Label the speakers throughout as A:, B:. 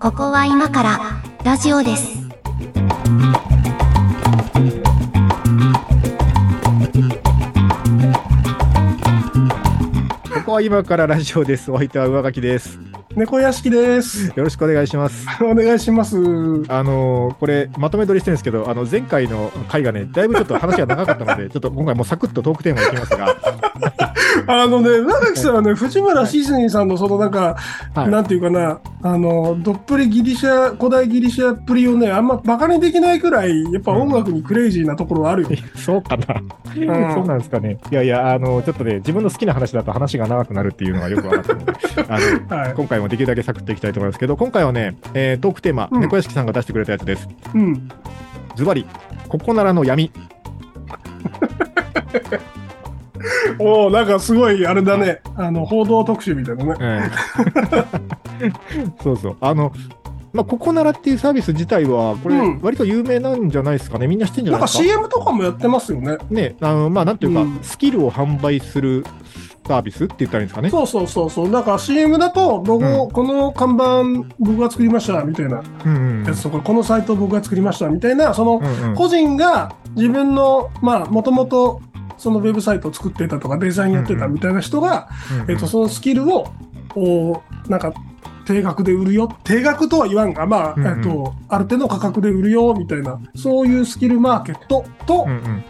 A: ここは今からラジオです。
B: ここは今からラジオです。お相手は上書きです。
C: 猫屋敷です。
B: よろしくお願いします。
C: お願いします。
B: あのーこれ、まとめ撮りしてるんですけど、あの、前回の回がね、だいぶちょっと話が長かったの で、ちょっと今回もうサクッとトークテーマいきますが、
C: あのね、長木さんはね、藤村シズニさんのそのなんか、
B: はい
C: なんていうかな、あの、どっぷりギリシャ、古代ギリシャっぷりをね、あんまバカにできないくらい、やっぱ音楽にクレイジーなところはあるよ。
B: そうかな、
C: ん
B: そうなんですかね。いやいや、あのちょっとね、自分の好きな話だと話が長くなるっていうのがよく分かったの で、あの
C: はい。
B: 今回もできるだけサクッといきたいと思いますけど、今回はね、えートークテーマ、
C: うん
B: 猫屋敷さんが出してくれたやつです。
C: うん。
B: ズバリ、ここならの闇。
C: おおなんかすごい、あれだね、あの、報道特集みたいなね。
B: そうそう。あの、まあ、ここならっていうサービス自体は、これ
C: うん、
B: 割と有名なんじゃないですかね。みんな知ってんじゃ
C: な
B: なんい
C: か
B: ですか。
C: CM とかもやってますよね。
B: ね、あの、まあ、なんていうか、
C: うん
B: スキルを販売するサービスって言ったらいいんですかね。
C: そうそうそうそう。なんか CM だと、ロゴ、
B: う
C: この看板僕が作りました、みたいな
B: うんうん
C: やつとか、このサイト僕が作りました、みたいな、その、
B: うんうん
C: 個人が自分のまあもともとそのウェブサイトを作ってたとかデザインやってたみたいな人が、えっとそのスキルをおなんか定額で売るよ定額とは言わんが、まあ
B: うんうん
C: えっとある程度の価格で売るよみたいなそういうスキルマーケットと
B: うんうん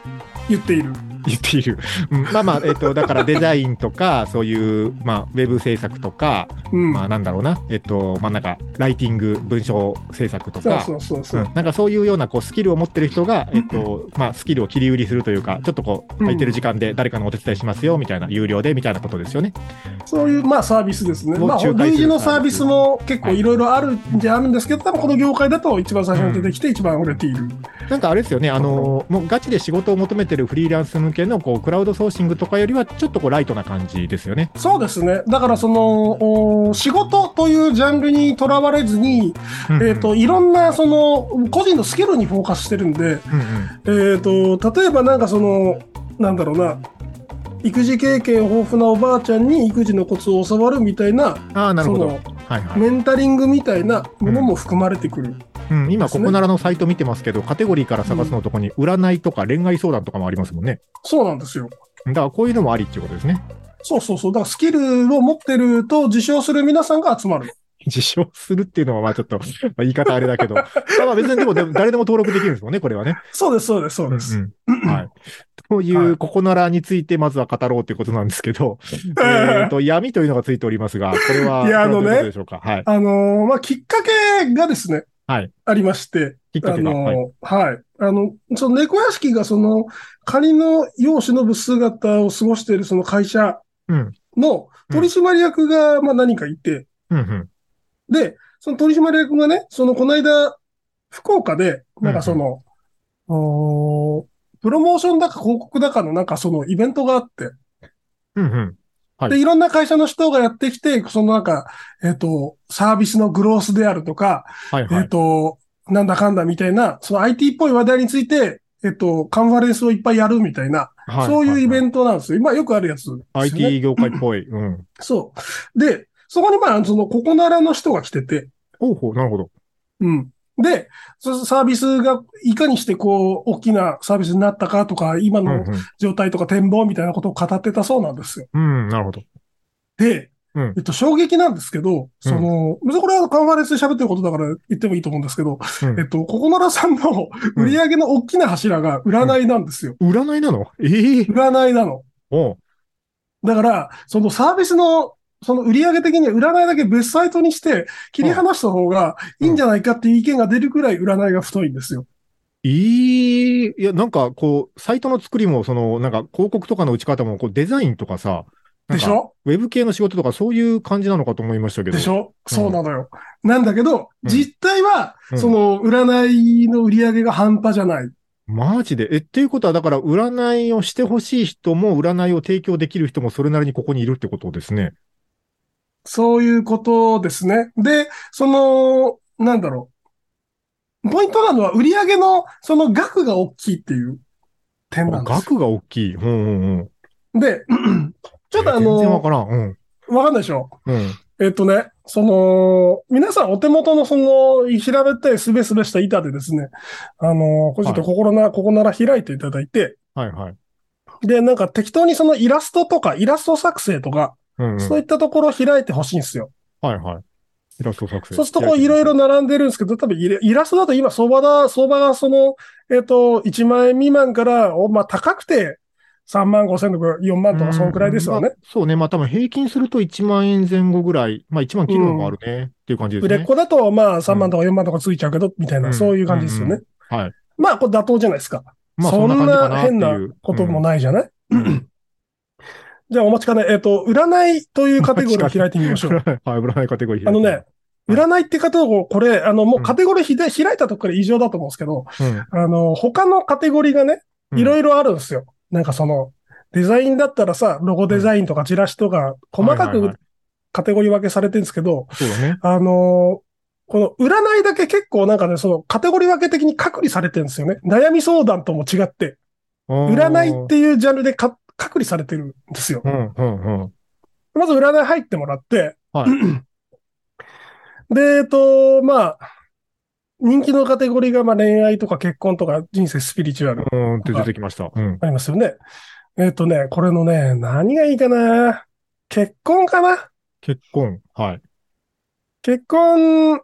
C: 言っている。
B: 言っている。 うんまあまあ、えっと、だからデザインとか、そういう、まあ、ウェブ制作とか、
C: うん
B: まあ、なんだろうな、えっと、まあ、なんか、ライティング、文章制作と
C: そう
B: か、
C: そうそうそう
B: うんなんかそういうようなこうスキルを持ってる人が、えっとまあ、スキルを切り売りするというか、ちょっとこう、空いてる時間で誰かのお手伝いしますよみたいな、有料でみたいなことですよね。
C: そういう、まあ、サービスですね。
B: もう
C: まあ、
B: 仲介する
C: 類似のサービスも結構いろいろあるんじゃあるんですけど、多分この業界だと一番最初に出てきて一番売れている。
B: なんかあれですよね、あのもうガチで仕事を求めてるフリーランス向けのこうクラウドソーシングとかよりは、ちょっとこうライトな感じですよね。
C: そうですね。だからその、お仕事というジャンルにとらわれずに、えっ、と、いろんなその、個人のスキルにフォーカスしてるんで、
B: うんうん、
C: えっ、と、例えばなんかその、なんだろうな、育児経験豊富なおばあちゃんに育児のコツを教わるみたいな、
B: ああ、なる
C: そ
B: ほど。
C: の、
B: はいはい
C: メンタリングみたいなものも含まれてくる。
B: うん、今、
C: です
B: こ
C: ね
B: こならのサイト見てますけど、カテゴリーから探すのとこに、占いとか恋愛相談とかもありますもんね。
C: そうなんですよ。
B: だからこういうのもありっていうことですね。
C: そうそうそう。だからスキルを持ってると自称する皆さんが集まる。
B: 自称するっていうのは、まあちょっと、まあ言い方あれだけど、まあ別にでもでも誰でも登録できるんですもんね、これはね。
C: そうです、そうです、そうです。
B: うんうんはい、とい
C: は
B: う、
C: い
B: ここならについてまずは語ろうということなんですけ ど、えっと、闇というのがついておりますが、これは、
C: いやあの
B: ど
C: ね
B: ういうことでしょうか。はい。
C: あのーまあ、きっかけがですね、
B: はい
C: ありまして、
B: きっかけが。
C: あのー
B: はい。
C: はい、あの、その猫屋敷がその、仮の世を忍ぶ姿を過ごしているその会社
B: うん。
C: の取締役が、まあ、何かいて、
B: うんうん。
C: で、その取締役がね、その、この間、福岡で、なんかその、おープロモーションだか広告だかのなんかそのイベントがあって、
B: うんうん。はい
C: で、いろんな会社の人がやってきて、そのなんか、えっ、と、サービスのグロースであるとか、
B: はい
C: え
B: は
C: っ
B: い。
C: と、なんだかんだみたいな、その IT っぽい話題について、えっと、カンファレンスをいっぱいやるみたいな、
B: は
C: そういうイベ
B: ン
C: ントなんですよ。今よくあるやつですよね、
B: IT 業界っぽい。うん。
C: そう。で、そこにまあ、その、ここならの人が来てて、
B: ほうほう、なるほど。
C: うん。で、そサービスがいかにしてこう、大きなサービスになったかとか、今
B: うん
C: の状態とか展望みたいなことを語ってたそうなんですよ。
B: うん。うん、なるほど。
C: で、
B: うん
C: えっと、衝撃なんですけど、その、これはカンファレンスで喋ってることだから言ってもいいと思うんですけど、
B: うん
C: えっと、ここならさんの
B: うん
C: 売り上げの大きな柱が占いなんですよ。
B: 占いなのええ
C: 占いなの。
B: おう
C: だから、そのサービスの、その売り上げ的には占いだけ別サイトにして切り離した方がいいんじゃないかっていう意見が出るくらい占いが太いんですよ。
B: ええいや、なんかこう、サイトの作りも、その、なんか広告とかの打ち方も、こう、デザインとかさ、なん
C: で
B: か
C: しょ
B: ウェブ系の仕事とかそういう感じなのかと思いましたけど。
C: でしょ
B: うん
C: そうなのよ。なんだけど、
B: うん
C: 実態は、
B: うん
C: その占いの売り上げが半端じゃない。
B: マジで。え、っていうことは、だから、占いをしてほしい人も、占いを提供できる人も、それなりにここにいるってことですね。
C: そういうことですね。で、その、なんだろう。ポイントなのは、売り上げの、その額が大きいっていう点なんですよ。
B: 額が大きい。うんうんうん。
C: で、ちょっとあ
B: 全然わ
C: の、
B: からん。うん。
C: わかんないでしょ
B: うん。
C: えっとね、その、皆さんお手元のその、平べったいすべすべした板でですね、あのーこれちょっと心な、ここなら開いていただいて、
B: はいはい。
C: で、なんか適当にそのイラストとか、イラスト作成とか、
B: うん、うん。
C: そういったところを開いてほしいんですよ。
B: はいはい。イラスト作成。
C: そうするとこういろいろ並んでるんですけど、多分イライラストだと今相場だ、相場がその、えっ、と、1万円未満から、おまあ高くて3万5千とか4万とかそのくらいですよ
B: うん
C: ね
B: ま。あそうね。まあ多分平均すると1万円前後ぐらい。まあ1万切るのもあるね。っていう感じです
C: 売
B: ね。
C: れっ子だとまあ3万とか4万とかついちゃうけど、みたいな、
B: うん
C: そういう感じですよね。
B: うんうんはい。
C: まあこれ妥当じゃないですか。
B: まあ
C: そ
B: そん
C: ん
B: な感じかな
C: な
B: っていう。
C: 変なことも
B: な
C: ないじゃない、
B: うん
C: じゃあお待ちかね、えっ、と、占いというカテゴリーを開いてみましょう。
B: はい、占いカテゴリー。
C: あのね、
B: い
C: 占いってカテゴリー、これ、あの、もうカテゴリーひで開いたとこから異常だと思うんですけど、
B: うん、
C: あの、他のカテゴリーがね、いろいろあるんですよ。なんかその、デザインだったらさ、ロゴデザインとかチラシとか、細か
B: はいはいは
C: く
B: い
C: カテゴリー分けされてるんですけど、
B: そうだね。
C: あのーこの占いだけ結構なんかね、そのカテゴリー分け的に隔離されてるんですよね。悩み相談とも違って、占いっ。ていうジャンルでか隔離されてるんですよ
B: う。んうんうん。
C: まず占い入ってもらって、
B: はい
C: で、えっと、まあ、人気のカテゴリーがまあ恋愛とか結婚とか人生スピリチュアル
B: うーんって出てきま した。うん。
C: ありますよね。えっ、とね、これのね、何がいいかな結婚かな
B: 結婚。はい。
C: 結婚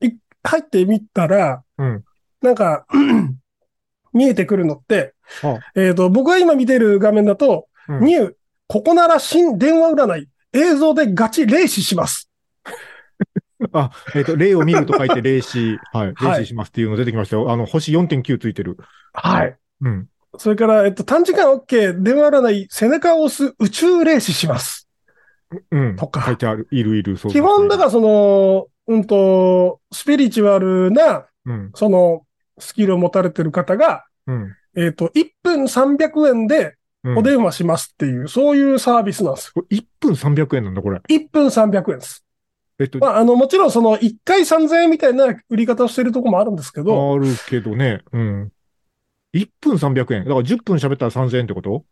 C: い入ってみたら、
B: うん。
C: なんか、 見えてくるのって
B: あ、
C: えっ、と、僕が今見てる画面だと、
B: うん
C: ニュー、ここなら新電話占い、映像でガチ霊視します。
B: あ、えっ、と、例を見ると書いて、霊視、はい、
C: はい
B: 霊視しますっていうの出てきましたよ。あの、星4.9ついてる。
C: はい。
B: うん。
C: それから、えっと、短時間 OK、電話占い、背中を押す宇宙霊視します。
B: うん。
C: とか
B: 書いてある。いるいる、そう
C: 基本、だからその、うんと、スピリチュアルな、
B: ら。うん。
C: そのスキルを持たれてる方が、
B: うん。
C: えっ、と、1分300円で
B: うん、
C: お電話しますっていう、そういうサービスなんです
B: これ1分300円なんだ、これ。
C: よ。1分300円です。
B: えっと、
C: まあ、あの、もちろんその1回3000円みたいな売り方をしてるとこもあるんですけど、
B: あるけどね。うん。1分300円。だから10分喋ったら3000円ってこと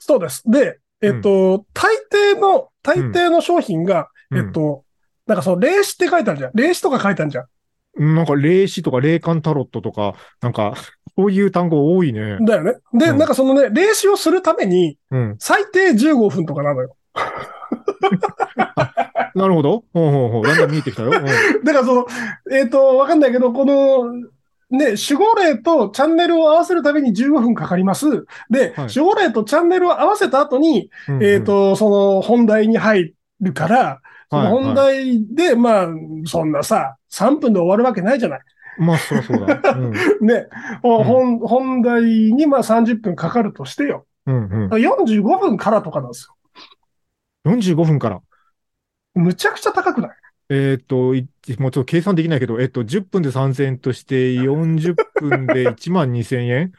C: そうです。で、えっ、と、大抵の、大抵の商品が、えっ、と、なんかその、霊視って書いてあるじゃん。霊視とか書いてあるじゃん。
B: うん、なんか、霊視とか霊感タロットとか、なんか、 そういう単語多いね。
C: だよね。で、
B: うん
C: なんかそのね、霊視をするために、
B: うん。
C: 最低15分とかなのよ。
B: なるほど。ほうほうほう。だんだん見えてきたよ。うん
C: だからその、えっ、と、わかんないけど、この、ね、守護霊とチャンネルを合わせるために15分かかります。で、
B: はい
C: 守護霊とチャンネルを合わせた後に、
B: うんうん
C: えっ、、と、その本題に入るから、そ
B: はい
C: の
B: はい
C: 本題で、まあ、そんなさ、3分で終わるわけないじゃない。
B: まあ、そりゃそうだ。うん。
C: ね、お
B: うん
C: 本本題にまあ30分かかるとしてよ。
B: うんうん。
C: 45分からとかなんですよ。
B: 45分から。
C: むちゃくちゃ高くない
B: えっ、と、いもうちょっと計算できないけど、えっ、と、10分で3000円として、40分で1万2000円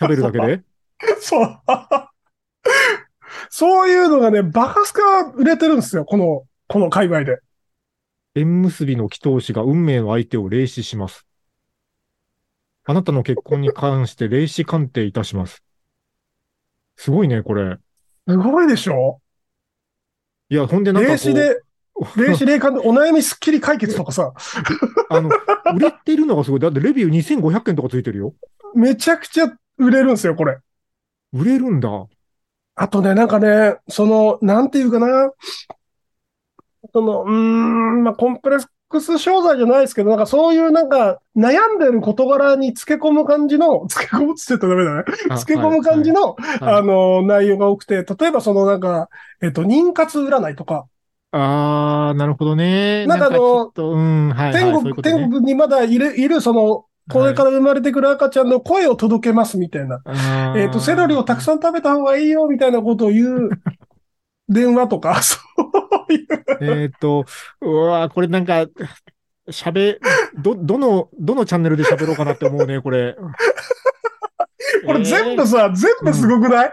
B: 食べるだけで
C: そう。 そういうのがね、バカスカ売れてるんですよ、この、この界隈で。
B: 縁結びの祈祷師が運命の相手を霊視します。あなたの結婚に関して霊視鑑定いたします。すごいね、これ。
C: すごいでしょ
B: いや、ほんでなんかこ
C: 霊
B: う
C: 視で、霊視霊感でお悩みすっきり解決とかさ、
B: あの、売れてるのがすごい。だってレビュー2500件とかついてるよ。
C: めちゃくちゃ売れるんですよ、これ。
B: 売れるんだ。う
C: あとね、なんかね、その、なんていうかな、その、うーん、まあ、コンプレックス商材じゃないですけど、なんかそういうなんか、悩んでる事柄につけ込む感じの、つけ込むっつって言ったらダメだね。つけ込む感じ
B: の。
C: の、
B: はいはい
C: あの、内容が多くて、例えばそのなんか、えっと、妊活占いとか、
B: あー、なるほどね。
C: なんかあの
B: ちょっと、うん、はい、はい。
C: 天
B: そうい
C: 国
B: う、ことね
C: 天国にまだいる、いる、その、これから生まれてくる赤ちゃんの声を届けますみたいな。
B: あー
C: えっと、セロリをたくさん食べた方がいいよみたいなことを言 う電話とか、 そういう。
B: えっ、と、うわーこれなんか、喋、ど、どの、どのチャンネルで喋ろうかなって思うね、これ。
C: これ全
B: え
C: 部さ、全部すごくな
B: ー
C: い、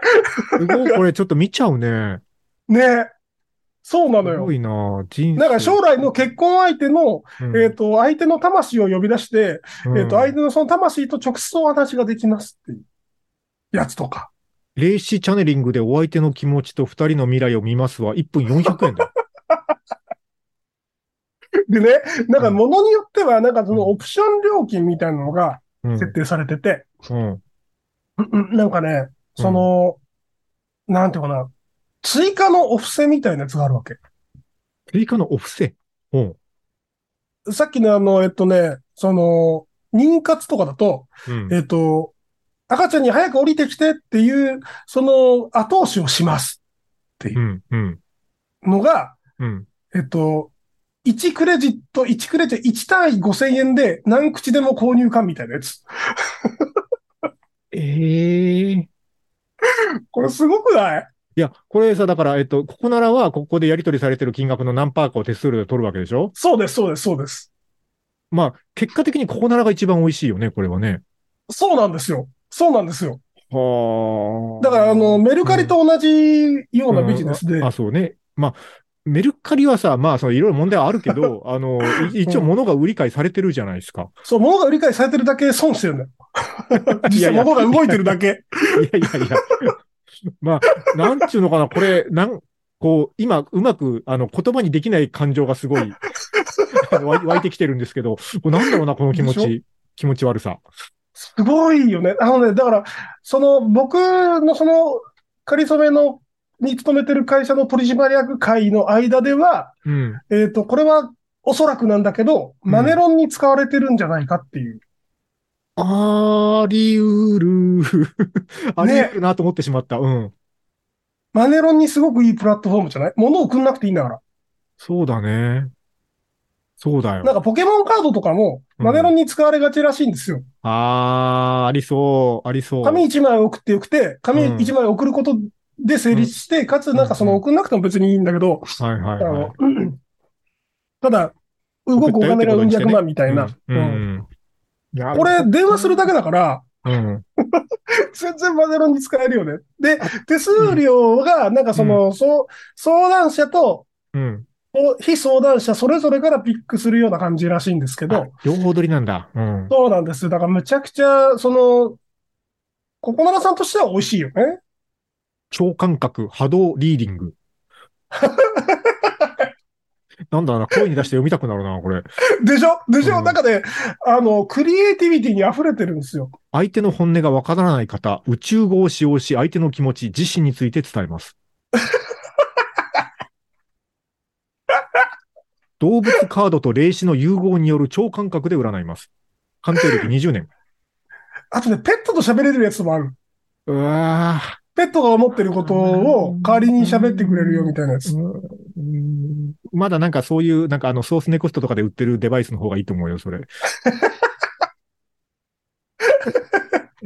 B: すごい、これちょっと見ちゃうね。
C: ねえそうな
B: す
C: のよ
B: ご。いな人生。
C: なんか将来の結婚相手の、
B: うん、
C: えっと、相手の魂を呼び出して、
B: うん
C: えっと、相手のその魂と直接お話ができますっていうやつとか。
B: 霊視チャネリングでお相手の気持ちと二人の未来を見ますは1分400円だよ。
C: でね、なんか物によっては、なんかそのオプション料金みたいなのが
B: うん。
C: 設定されてて、
B: うん。
C: うんなんかね、その、なんていうかな、追加のお布施みたいなやつがあるわけ。
B: 追加のお布施。うん。
C: さっきのあの、えっとね、その、妊活とかだと、
B: うん。
C: えっと、赤ちゃんに早く降りてきてっていう、その後押しをします
B: うん。うん。
C: のが、
B: うん。
C: えっと、1クレジット、1クレジット、1単位5000円で何口でも購入かみたいなやつ。
B: ええい
C: これすごくない
B: や、これさ、だから、えっと、ここならは、ここでやり取りされてる金額の何パーかを手数料で取るわけでしょ
C: そうです、そうです、そうです。
B: まあ、結果的にここならが一番美味しいよね、これはね。
C: そうなんですよ。そうなんですよ。
B: は
C: だから、あの、、メルカリと同じような
B: うん
C: ビジネスで、
B: あ、そうね。まあ、メルカリはさ、まあ、そのいろいろ問題はあるけ ど、あの、い一応物が売り買いされてるじゃないですか。
C: そう、物が売り買いされてるだけ損してるんだ よ。実際物が動いてるだけ。
B: いやいやい や。まあ、なんちゅうのかな、これ、なん、こう、今、うまく、あの、言葉にできない感情がすごい、 あの湧い湧いてきてるんですけど、これなんだろうな、この気持
C: で
B: ち、気持ち悪さ。
C: すごいよね。あのね、だから、その、僕のその、かりそめの、に勤めてる会社の取締役会の間では、
B: うん。
C: えっ、と、これはおそらくなんだけど、
B: うん
C: マネロンに使われてるんじゃないかっていう。
B: ありうる。 ありうるなと思ってしまった。うん。
C: マネロンにすごくいいプラットフォームじゃない物を送んなくていいんだから。
B: そうだね。そうだよ
C: なん。かポケモンカードとかも、
B: うん
C: マネロンに使われがちらしいんですよ。
B: あー、ありそう、ありそう。
C: 紙1枚送ってよくて、紙
B: うん
C: 1枚送ることで成立して、かつなんかその送んなくても別にいいんだけど、
B: はいはい
C: あ
B: はい
C: の。ただ、動くお金がうん百万みたいな。
B: うん。
C: うん
B: うんいや
C: これ、電話するだけだから、
B: うん。
C: 全然マネロンに使えるよね。で、手数料が、なんかその、そう相談者と、
B: うん。
C: お非相談者それぞれからピックするような感じらしいんですけ
B: あ
C: ど、
B: 両方取りなんだ。うん。
C: そうなんですよ。だからむちゃくちゃ、その、ココナラさんとしては美味しいよね。
B: 超感覚波動リーディ ング。なんだろうな、声に出して読みたくなるな、これ。
C: でしょでしょ、
B: うん
C: なんかね、あの、クリエイティビティに溢れてるんですよ。
B: 相手の本音がわからない方、宇宙語を使用し、相手の気持ち、自身について伝え ます。動物カードと霊視の融合による超感覚で占います。鑑定歴20年。
C: あとね、ペットと喋れるやつもある。
B: うわぁ。
C: ペットが思ってることを代わりに喋ってくれるよみたいなやつ。
B: うんまだなんかそういう、なんかあのソースネクストとかで売ってるデバイスの方がいいと思うよ、そ れ。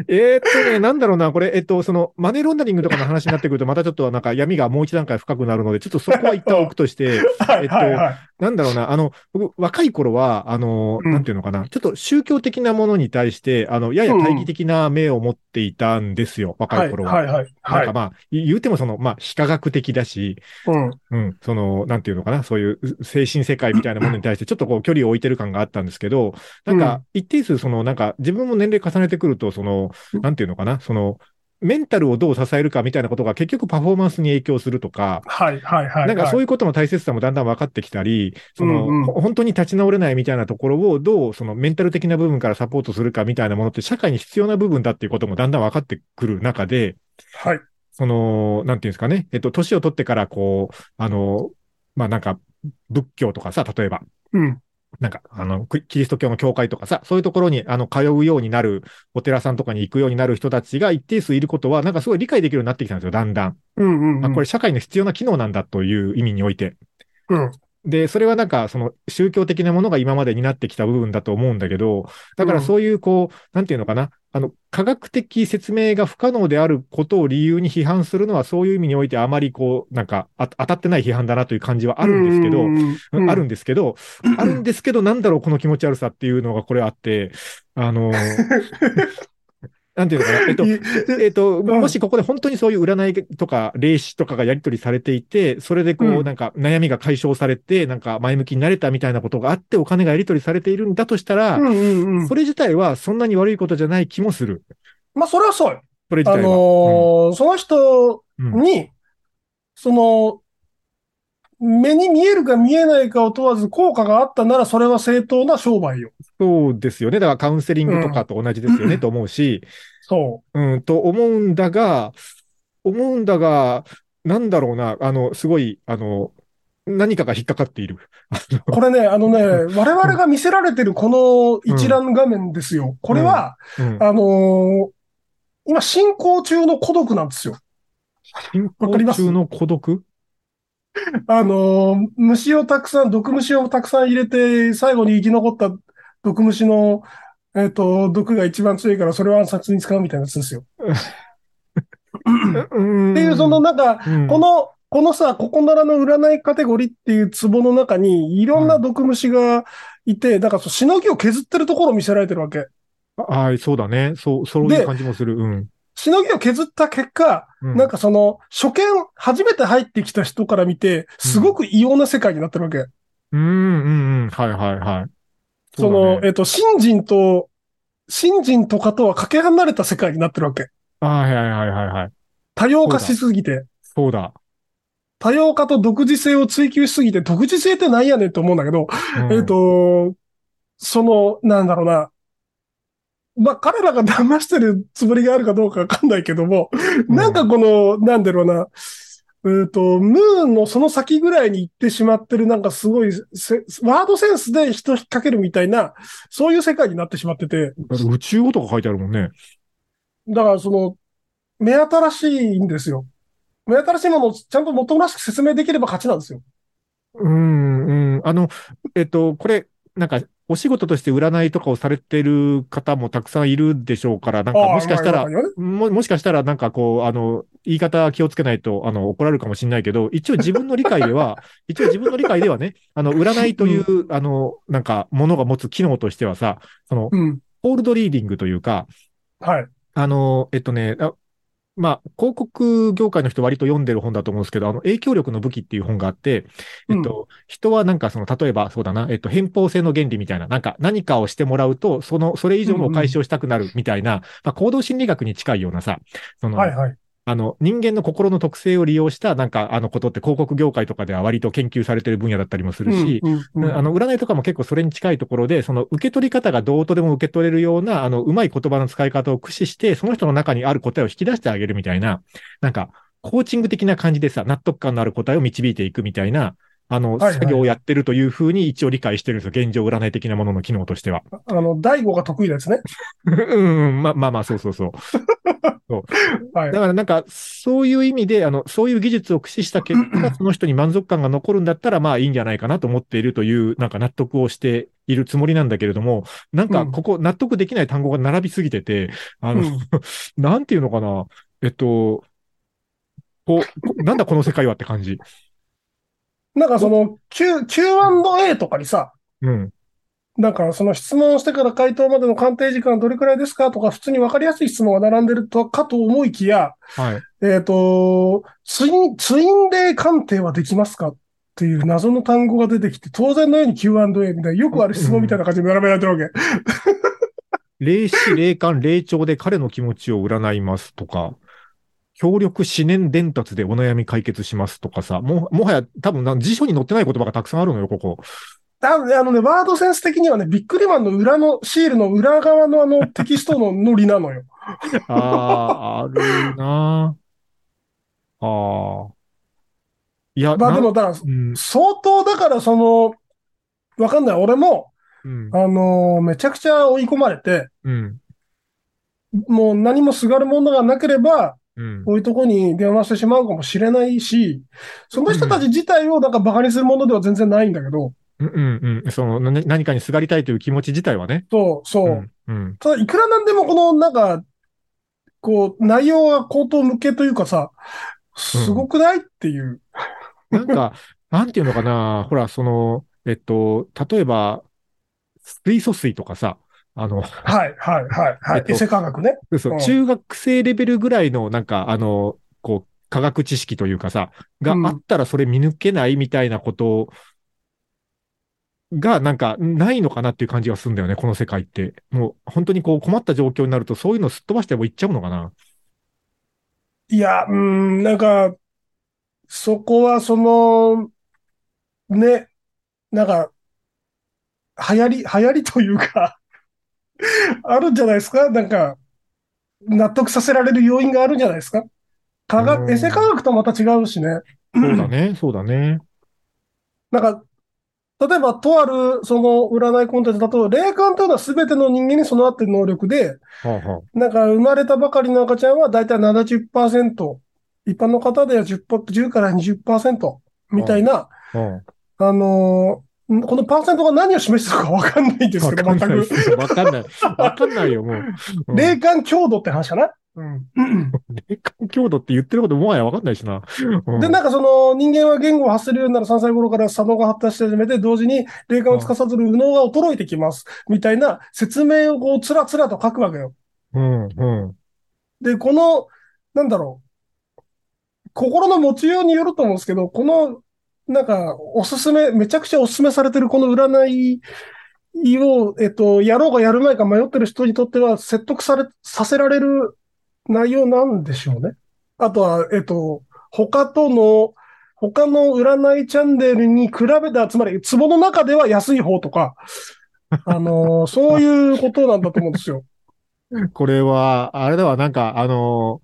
B: えーっとね、なんだろうな、これ、えっと、その、マネーロンダリングとかの話になってくると、またちょっとなんか闇がもう一段階深くなるので、ちょっとそこは一旦置くとして、
C: はいはいはい。
B: なんだろうな、あの、僕、若い頃は、あの、
C: うん
B: なんていうのかな、ちょっと宗教的なものに対して、あの、やや大義的な目を持っていたんですよ、若い頃は。
C: はいはい
B: な
C: は
B: ん
C: い。
B: か
C: はい
B: まあ、い言うてもその、まあ、非科学的だし、
C: うん
B: うん、その、なんていうのかな、そういうう精神世界みたいなものに対して、ちょっとこう、距離を置いてる感があったんですけど、なん
C: う
B: か、一定数、その、なんか、自分も年齢重ねてくると、その、なんていうのかな、その、メンタルをどう支えるかみたいなことが結局パフォーマンスに影響するとか、
C: はいはいはい。
B: なんかそう
C: い
B: いうことの大切さもだんだん分かってきたり、その、
C: うんうん
B: ほ本当に立ち直れないみたいなところをどう、そのメンタル的な部分からサポートするかみたいなものって社会に必要な部分だっていうこともだんだん分かってくる中で、
C: はい。
B: その、なんていうんですかね、えっと、年を取ってから、こう、あの、まあ、なんか、仏教とかさ、例えば、
C: うん。
B: なんか、あの、クリキリスト教の教会とかさ、そういうところに、あの、通うようになる、お寺さんとかに行くようになる人たちが一定数いることは、なんかすごい理解できるようになってきたんですよ、だんだん。
C: うんうんうん。
B: あ、これ社会の必要な機能なんだという意味において。
C: うん。
B: で、それはなんか、その宗教的なものが今までになってきた部分だと思うんだけど、だからそういう、こう、なんていうのかな、あの、科学的説明が不可能であることを理由に批判するのは、そういう意味においてあまりこう、なんか、あ当たってない批判だなという感じはあるんですけど、
C: ど
B: あるんですけど、あるんですけど、なんだろう、この気持ち悪さっていうのがこれあって、あ の、なんていうのかな、えっと、 えっと、もしここで本当にそういう占いとか霊視とかがやり取りされていて、それでこ
C: う
B: う、
C: ん
B: なんか悩みが解消されて、なんか前向きになれたみたいなことがあって、お金がやり取りされているんだとしたら
C: う、んうんうん
B: そ。れ自体はそんなに悪いことじゃない気もする。
C: まあそれはそうよ。
B: それ自
C: あ
B: 体
C: の
B: は。
C: ーその人
B: うん
C: に、その、目に見えるか見えないかを問わず効果があったなら、それは正当な商売よ。
B: そうですよね。だからカウンセリングとかと同じですよね、と思うし、
C: そ
B: うん、と思うんだが、思うんだが、なんだろうな、あの、すごい、あの、何かが引っかかっている。
C: う。これね、あのね、我々が見せられてるこの一覧画面ですよ。これは、
B: うん、
C: あのー今進行中の孤独なんですよ。
B: 進
C: わかり
B: 行
C: ます
B: 中の孤独
C: あのー虫をたくさん、毒虫をたくさん入れて、最後に生き残った毒虫の、えっ、と、毒が一番強いから、それを暗殺に使うみたいなやつですよ。
B: っ
C: っていう、その、なんか、
B: うん、
C: この、このさ、ここならの占いカテゴリーっていう壺の中に、いろんな毒虫がいて、だからそう、しのぎを削ってるところを見せられてるわけ。
B: はい、そうだね。そう、そうい
C: で
B: う感じもする。うん。
C: しのぎを削った結果、
B: うん
C: なんかその、初見、初めて入ってきた人から見て、すごく異様な世界になってるわけ。
B: うん、うん、うん。はい、はい、はい。
C: そう
B: だ
C: の、
B: ね
C: えっと、新人と、新人とかとはかけ離れた世界になってるわけ。
B: あはい、はい、はい、はいはい。
C: 多様化しすぎて。
B: そうだ。
C: 多様化と独自性を追求しすぎて、独自性ってなんやねんと思うんだけど、
B: うん
C: えっ、と、その、なんだろうな。まあ、彼らが騙してるつもりがあるかどうかわかんないけども、
B: うん
C: なんかこの、なんだろうな、うーと、ムーンのその先ぐらいに行ってしまってる、なんかすごいせ、ワードセンスで人引っ掛けるみたいな、そういう世界になってしまってて、
B: だって宇宙語とか書いてあるもんね。
C: だからその、目新しいんですよ。目新しいものをちゃんともっともらしく説明できれば勝ちなんですよ。
B: うん、うん。あの、えっと、これ、なんか、お仕事として占いとかをされてる方もたくさんいるでしょうから、なんか、
C: ああ
B: もしかした
C: まあ
B: ら、
C: まあまあね
B: も、もしかしたら、なんかこう、あの、言い方気をつけないと、あの、怒られるかもしれないけど、一応自分の理解で は、一応自分の理解ではね、あの、占いという、あの、なんか、ものが持つ機能としてはさ、その、
C: うん。
B: コールドリーディングというか、
C: はい。
B: あの、えっとね、あまあ、広告業界の人割と読んでる本だと思うんですけど、あの、影響力の武器っていう本があって、えっと、人はなんかその、例えばそうだな、えっと、偏方性の原理みたいな、なんか何かをしてもらうと、その、それ以上のお返しをしたくなるみたいな、まあ、行動心理学に近いようなさ、その、
C: はいはい。
B: あの、人間の心の特性を利用した、なんか、あのことって広告業界とかでは割と研究されてる分野だったりもするし、
C: うんうんうん
B: あの、占いとかも結構それに近いところで、その受け取り方がどうとでも受け取れるような、あの、うまい言葉の使い方を駆使して、その人の中にある答えを引き出してあげるみたいな、なんか、コーチング的な感じでさ、納得感のある答えを導いていくみたいな、あの、
C: いはい
B: 作業をやってるというふうに一応理解してるんですよ。現状占い的なものの機能としては。
C: あの、大悟が得意なやつね。
B: うんうん、まあまあまあ、そうそうそう。
C: はい
B: だ。からなんか、そういう意味で、あの、そういう技術を駆使した結果、その人に満足感が残るんだったら、まあいいんじゃないかなと思っているという、なんか納得をしているつもりなんだけれども、なんかここ納得できない単語が並びすぎてて、あの、
C: うん
B: なんていうのかな、えっと、こう、なんだこの世界はって感じ。
C: なんかその Q、Q&A とかにさ、
B: うん。
C: なんかその質問してから回答までの鑑定時間どれくらいですかとか、普通に分かりやすい質問が並んでるとかと思いきや、
B: はい。
C: えっ、と、ツイン、ツインレイ鑑定はできますかっていう謎の単語が出てきて、当然のように Q&A みたいな、よくある質問みたいな感じで並べられてるわけ。
B: 霊視、霊感、霊長で彼の気持ちを占いますとか、協力思念伝達でお悩み解決しますとかさ、もう、もはや多分な辞書に載ってない言葉がたくさんあるのよ、ここ。
C: あのねあのね、ワードセンス的にはね、ビックリマンの裏の、シールの裏側のあのテキストのノリなのよ。
B: ああ、あるなああ。いや、
C: まあ
B: な
C: でも、だから、
B: うん、
C: 相当だからその、わかんない。俺も、
B: うん
C: あ、のーめちゃくちゃ追い込まれて、
B: うん、
C: もう何もすがるものがなければ、
B: うん。
C: こういうとこに電話してしまうかもしれないし、その人たち自体をなんか馬鹿にするものでは全然ないんだけど、
B: うん、うん、うん。その、な何かにすがりたいという気持ち自体はね。
C: そう、そうう。
B: ん、うん、
C: ただ、いくらなんでもこの、なんか、こう、内容が口頭向けというかさ、すごくないっていう。
B: なんか、 なんていうのかなほら、その、えっと、例えば、水素水とかさ、あの、
C: はい、はい、はい、は
B: えっ
C: い。
B: と
C: エセ科学ね。
B: そううん中学生レベルぐらいの、なんか、あの、こう、科学知識というかさ、が
C: うん
B: あったらそれ見抜けないみたいなことが、なんか、ないのかなっていう感じがするんだよね、この世界って。もう、本当にこう、困った状況になると、そういうのすっ飛ばしてもいっちゃうのかな。
C: いや、うん、なんか、そこはその、ね、なんか、流行り、流行りというか あるんじゃないですかなんか、納得させられる要因があるんじゃないですか科
B: う
C: 学、
B: ん
C: エセ科学とはまた違うしね。
B: そうだね、そうだね。
C: なんか、例えば、とある、その、占いコンテンツだと、霊感というのは全ての人間に備わっている能力で、
B: はあは
C: なんか、生まれたばかりの赤ちゃんは、だいたい70%、一般の方では 10, 10から20%みたいな、
B: あ。うん
C: あのーんこのパーセントが何を示してるかわかんないんです
B: わ
C: けど、
B: かん
C: 全
B: ない
C: く。
B: です。 わかんない。わかんないよ、もう。うん
C: 霊感強度って話かな。うん。
B: 霊感強度って言ってることもはやわかんないしな。うん
C: で、なんかその人間は言語を発するようになる3歳頃から左脳が発達し始めて、同時に霊感を司る右脳が衰えてきます。みたいな説明をこう、つらつらと書くわけよ。
B: うん、うん。
C: で、この、なんだろう。心の持ちようによると思うんですけど、この、なんか、おすすめ、めちゃくちゃおすすめされてるこの占いを、えっと、やろうかやるまいか迷ってる人にとっては説得され、させられる内容なんでしょうね。あとは、えっと、他との、他の占いチャンネルに比べた、つまり、壺の中では安い方とか、あのーそういうことなんだと思うんですよ。
B: これは、あれだわ、なんか、あの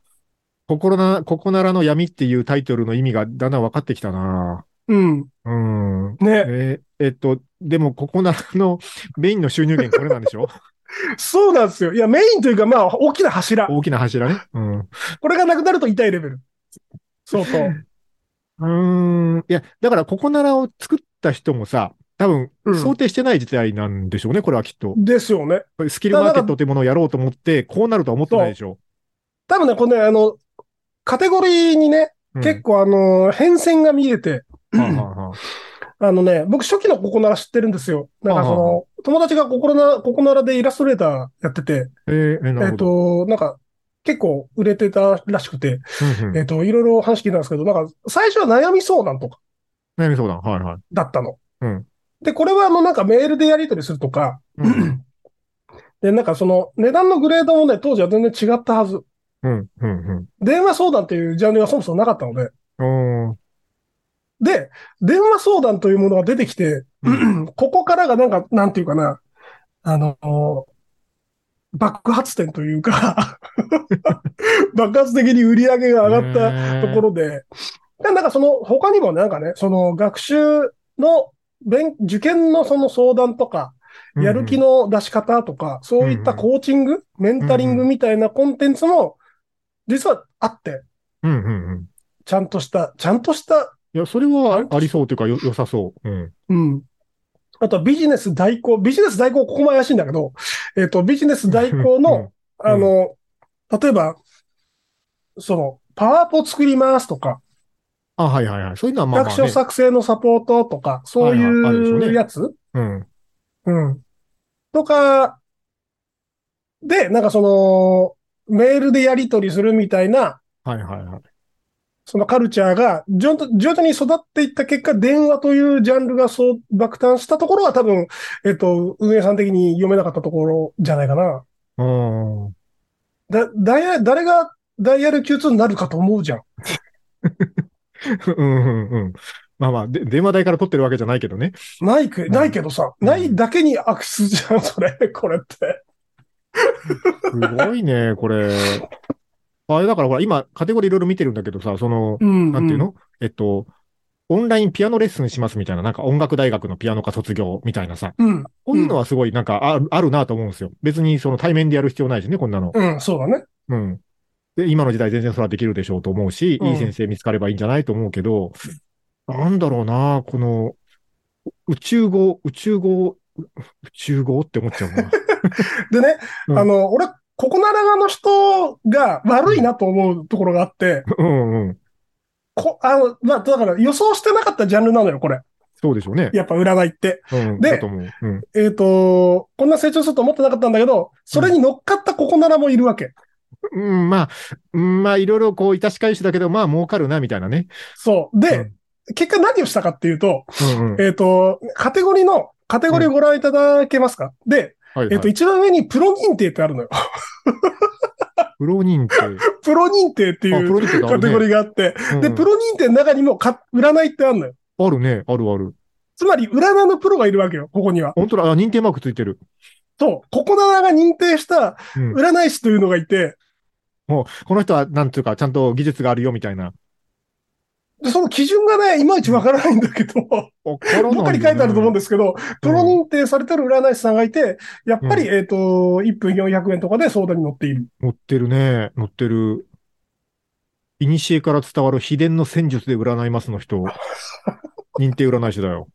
B: ー、こころな、ここならの闇っていうタイトルの意味がだんだん分かってきたな。
C: うん。
B: うん。
C: ね。
B: えーえっと、でも、ここならの メインの収入源これなんでし ょ
C: そうなんですよ。いや、メインというか、まあ、大きな柱。
B: 大きな柱ね。うん。
C: これがなくなると痛いレベル。そうそう。
B: うーん。いや、だから、ここならを作った人もさ、多分、
C: うん
B: 想定してない事態なんでしょうね、これはきっと。
C: ですよね。
B: これスキルマーケットというものをやろうと思って、こうなるとは思ってないでしょ。
C: 多分ね、このね、あの、カテゴリーにね、
B: うん
C: 結構あの、変遷が見えて、
B: はあはあは
C: あのね、僕初期のココナラ知ってるんですよ。なんかそ
B: はあ
C: の、友達がココナラ、ココナラでイラストレーターやってて、
B: あえーえーなる
C: えっ
B: ほど。
C: と、なんか、結構売れてたらしくて、
B: うんうん
C: えっと、いろいろ話聞いたんですけど、なんか、最初は悩み相談とか
B: 悩み相談。はいはい。
C: だったの。
B: うん
C: で、これはあの、なんかメールでやり取りするとか、
B: うん。
C: で、なんかその値段のグレードもね、当時は全然違ったはず。
B: うん。うん。
C: 電話相談っていうジャンルがそもそもなかったので。
B: うん。お
C: で、電話相談というものが出てきて、
B: う
C: ここからがなんか、なんていうかな、あの、爆発点というか、 爆発的に売り上げが上がった
B: った
C: ところで、でなんかその他にもなんかね、その学習の勉、受験のその相談とか、やる気
B: の。
C: の出し方とか、そういったコーチング、メンタリングみたいなコンテンツも、実はあって、
B: うんうんうん。
C: ちゃんとした、ちゃんとした、
B: いや、それはありそうというか、よ、良さそう。うん。
C: うん。あとはビジネス代行、ビジネス代行、ここも怪しいんだけど、えっ、と、ビジネス代行の、
B: んうん
C: あの、例えば、その、パワーポ作りますとか、
B: あ、はいはいはい。そういうのはまあま
C: 学
B: あ
C: 習
B: ね。
C: 作成のサポートとか、そう
B: はいはいあるでしょう
C: いう
B: ね
C: やつ、
B: うん。
C: うん。とか、で、なんかその、メールでやり取りするみたいな、
B: はいはいはい。
C: そのカルチャーが徐々徐々に育っていった結果、電話というジャンルがそう爆誕したところは多分、えっと、運営さん的に読めなかったところじゃないかな。
B: うん。
C: だ、ダイヤ誰がダイヤル Q2 になるかと思うじゃん。
B: うんうんうん。まあまあ、で、電話代から取ってるわけじゃないけどね。
C: ないけ、
B: ん
C: ないけどさ、
B: うん
C: ないだけに悪質じゃん、それ、これって。
B: すごいね、 これ。あれだから、ほら、今、カテゴリーいろいろ見てるんだけどさ、その、
C: うん
B: なんていうのえっと、オンラインピアノレッスンしますみたいな、なんか音楽大学のピアノ科卒業みたいなさ、
C: うん、
B: こういうのはすごいなんかあるあるなと思うんですよ。別にその対面でやる必要ないしね、こんなの。
C: うん、そうだね。
B: うん。で、今の時代全然それはできるでしょうと思うし、
C: うん
B: いい先生見つかればいいんじゃないと思うけど、なんだろうな、この、宇宙語、宇宙語、宇宙語って思っちゃう な。
C: でね、
B: うん
C: あの、俺、ここならがの人が悪いなと思うところがあって、
B: うんうん。
C: こ、あの、まあ、だから予想してなかったジャンルなのよ、これ。
B: そうでしょうね。
C: やっぱ占いって。
B: うん。
C: で
B: だと思う。うん。
C: えっ、と、こんな成長すると思ってなかったんだけど、それに乗っかったここならもいるわけ。
B: うん、まあ、うんまあ、いろいろこう、いたしかゆしだけど、まあ、儲かるな、みたいなね。
C: そう。
B: う
C: で
B: ん、
C: 結果何をしたかっていうと、
B: うんうん。
C: えっ、と、カテゴリーの、カテゴリーをご覧いただけますか、で、
B: はい、はい。
C: えっ、と、一番上にプロ認定ってあるのよ。
B: プロ認定。あ、
C: プロ認定って
B: プ
C: いう
B: ロ認定だ、ね。
C: カテゴリーがあって、で、プ
B: ロ、
C: ロ認定の中にもか占いってあるのよ。
B: あるね。あるある。
C: つまり、占いのプロがいるわけよ、ここには。
B: 本当だ。あ、認定マークついてる。
C: そう、ここなが認定した
B: うん
C: 占い師というのがいて、
B: もう、この人は、なんていうか、ちゃんと技術があるよ、みたいな。
C: でその基準がね、いまいちわからないんだけど、
B: わからないよね
C: どっかに書いてあると思うんですけど、プロ認定されてる占い師さんがいて、やっぱり、えっと、1分400円とかで相談に乗っている。
B: 乗ってるね。乗ってる。いにしえから伝わる秘伝の戦術で占いますの 人。認定占い師だよ。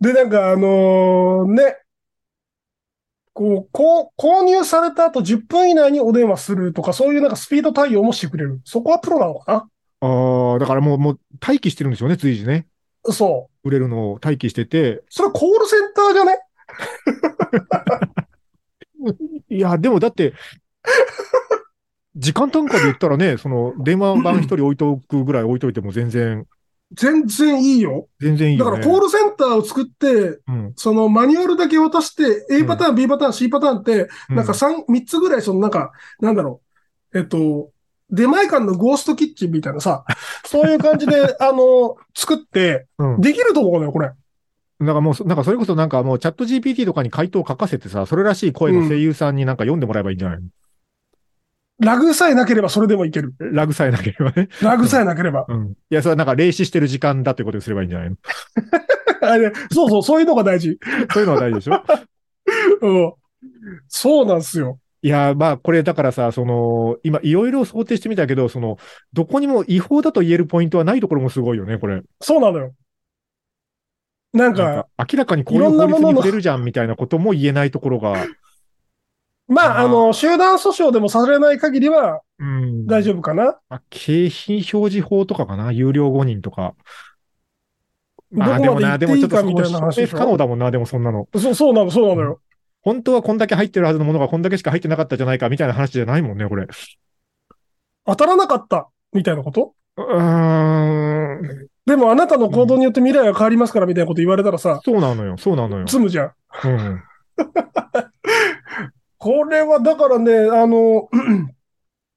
C: で、なんか、あのーね、こう、こう、購入された後10分以内にお電話するとか、そういうなんかスピード対応もしてくれる。そこはプロなのか
B: ああ、だからもう、もう待機してるんでしょうね、随時ね。
C: なそ
B: 売れるのを待機してて
C: う。。それコールセンターじゃね
B: いや、でもだって、時間単価で言ったらね、その、電話番一人置いとくぐらい置いといても全然、
C: 全然いいよ。
B: 全然いい
C: だ
B: よ、
C: か
B: ね。
C: らコールセンターを作って、
B: うん、
C: そのマニュアルだけ渡して、A パターン、B パターン、C パターンって、
B: うん
C: なんか3、三つぐらい、そのなんか、なんだろう、えっと、出前館のゴーストキッチンみたい なさ、そういう感じで、あの、作って、
B: うん
C: できると思うのよ、これ。
B: なんかもうそ、なんかそれこそなんかもうチャット GPT とかに回答を書かせてさ、それらしい声の声優さんになんか読んでもらえばいいんじゃない、
C: ラグさえなければそれでもいける。
B: ラグさえなければね。
C: ラグさえなけ れば。
B: うん。いや、それはなんか霊視してる時間だってことにすればいいんじゃないの
C: あれそうそう、そういうのが大事。
B: そういうのは大事でしょ
C: うん。そうなんですよ。
B: いや、まあ、これだからさ、その、今、いろいろ想定してみたけど、その、どこにも違法だと言えるポイントはないところもすごいよね、これ。
C: そうなのよ。なん
B: なん
C: か、
B: か、明らかにこういう
C: いろん
B: 法
C: なも
B: 律
C: の
B: に
C: の
B: 触れるじゃん、みたいなことも言えないところが、
C: まあ、
B: あー
C: あの、集団訴訟でもされない限りは
B: うん。
C: 大丈夫かな。
B: まあ景品表示法とかかな、有料誤認とか。
C: どこ
B: あー
C: まで
B: でも
C: 行
B: な、
C: って
B: でも
C: い
B: ちょ
C: い
B: っと
C: か
B: そ
C: みたいな
B: こ
C: 話
B: 証
C: で
B: 明
C: し
B: 不可
C: ょ。
B: 能だもんな、でもそんなの。
C: そうそうなの、そうなのよ。
B: 本当はこんだけ入ってるはずのものがこんだけしか入ってなかったじゃないか、みたいな話じゃないもんね、これ。
C: 当たらなかった、みたいなこと
B: うーん。
C: でもあなたの行動によって未来が変わりますからみたいなこと言われたらさ、
B: そうなのよ、そうなのよ。
C: 済むじゃん。
B: うん。
C: これはだからね、あの、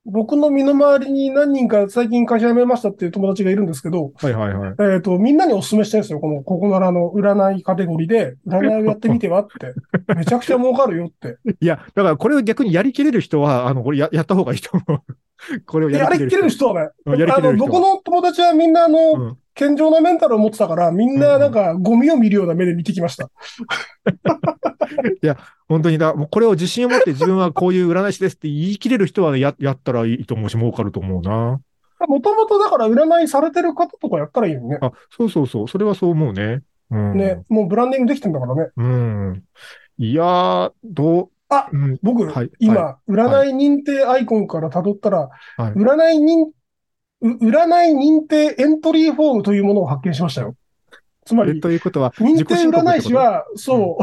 C: 僕の身の回りに何人か最近会社辞めましたっていう友達がいるんですけど、
B: はいはいはい。
C: えっ、と、みんなにお勧めしてるんですよ。このココナラの占いカテゴリーで、占いをやってみてはって。めちゃくちゃ儲かるよって。
B: いや、だからこれを逆にやりきれる人は、あの、これややった方がいいと思う。 これを や
C: や
B: り
C: り
B: きれる
C: き
B: 人。
C: れる人はね、
B: うんやりき
C: あ
B: れ
C: の、
B: る人は
C: 僕の友達はみんなあの、
B: うん
C: 健常なメンタルを持ってたから、みんななんかゴミを見るような目で見てきました。
B: 本当にだ、もうこれを自信を持って自分はこういう占い師ですって言い切れる人はややったらいいと思うし、儲かると思うな。
C: もともとだから占いされてる方とかやったらいいよね。
B: あ、そうそうそう。それはそう思うね。うん。
C: ね、もうブランディングできてんだからね。
B: うん。いやー、どう、
C: あ
B: うん、
C: 僕、
B: はいは
C: 今、占い認定アイコンから辿ったら、
B: はい
C: 占い認、う占い認定エントリーフォームというものを発見しましたよ。つま
B: え
C: り、
B: ということは、
C: 認
B: 自己
C: 定
B: 申告ってこと
C: 占い師は、 そ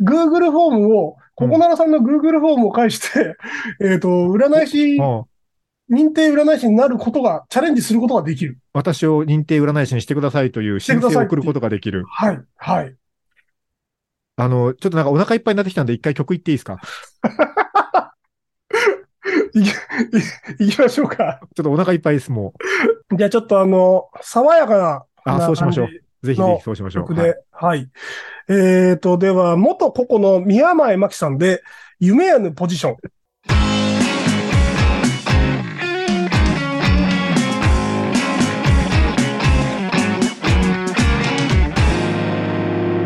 C: う、Google フォームを、ここならさんの Google フォームを介して、 えっと、占い師、
B: ああ
C: 認定占い師になることが、チャレンジすることができる。
B: 私を認定占い師にしてくださいという申請を送ることができる。
C: はい、はい。
B: あの、ちょっとなんかお腹いっぱいになってきたんで、一回曲行っていいですか
C: いき、いいきましょうか。
B: ちょっとお腹いっぱいです、も
C: じゃあちょっとあの、爽やかな、
B: あそうしましょうう。ぜひぜひそうしましょ
C: 曲
B: う。
C: で、
B: は
C: はいい。えーと、では、元ココの宮前真紀さんで、夢やぬポジション。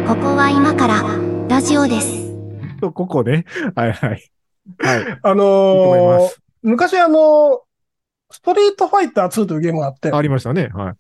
A: ここは今からラジオです。
B: ここね。はいはい。はい。いい
C: あ
B: と思い
C: の
B: ま
C: ー
B: す。
C: 昔あのーストリートファイター2というゲームがあって、
B: ありましたね。はい。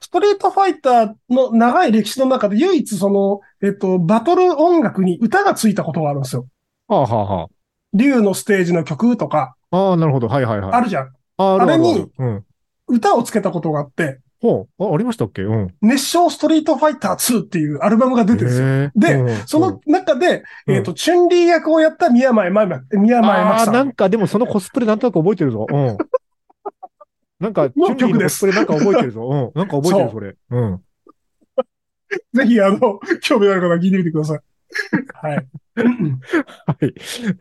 C: ストリートファイターの長い歴史の中で唯一その、えっと、バトル音楽に歌がついたことがあるんですよ。
B: はあはあは
C: 竜のステージの曲とか、
B: あ。ああ、なるほど。はいはいはい。
C: あるじゃん。
B: ああるある
C: あれに
B: あるうん。
C: 歌をつけたことがあって、
B: ほう。あ、ありましたっけうん。
C: 熱唱ストリートファイター2っていうアルバムが出てるんですよ
B: へえ
C: で
B: うん
C: その中で、
B: うん
C: えっ、と、チュンリー役をやった宮前真紀宮前真
B: あ
C: 紀
B: あ、
C: さ。
B: なんんかでもそのコスプレなんとなく覚えてるぞ。 うん。なんか、チュンリーのコスプレなんか覚えてるぞ。うん。なんか覚えてる、
C: そう
B: それ。うん。
C: ぜひ、あの、興味のある方は聞いてみてください。 はい。
B: はい。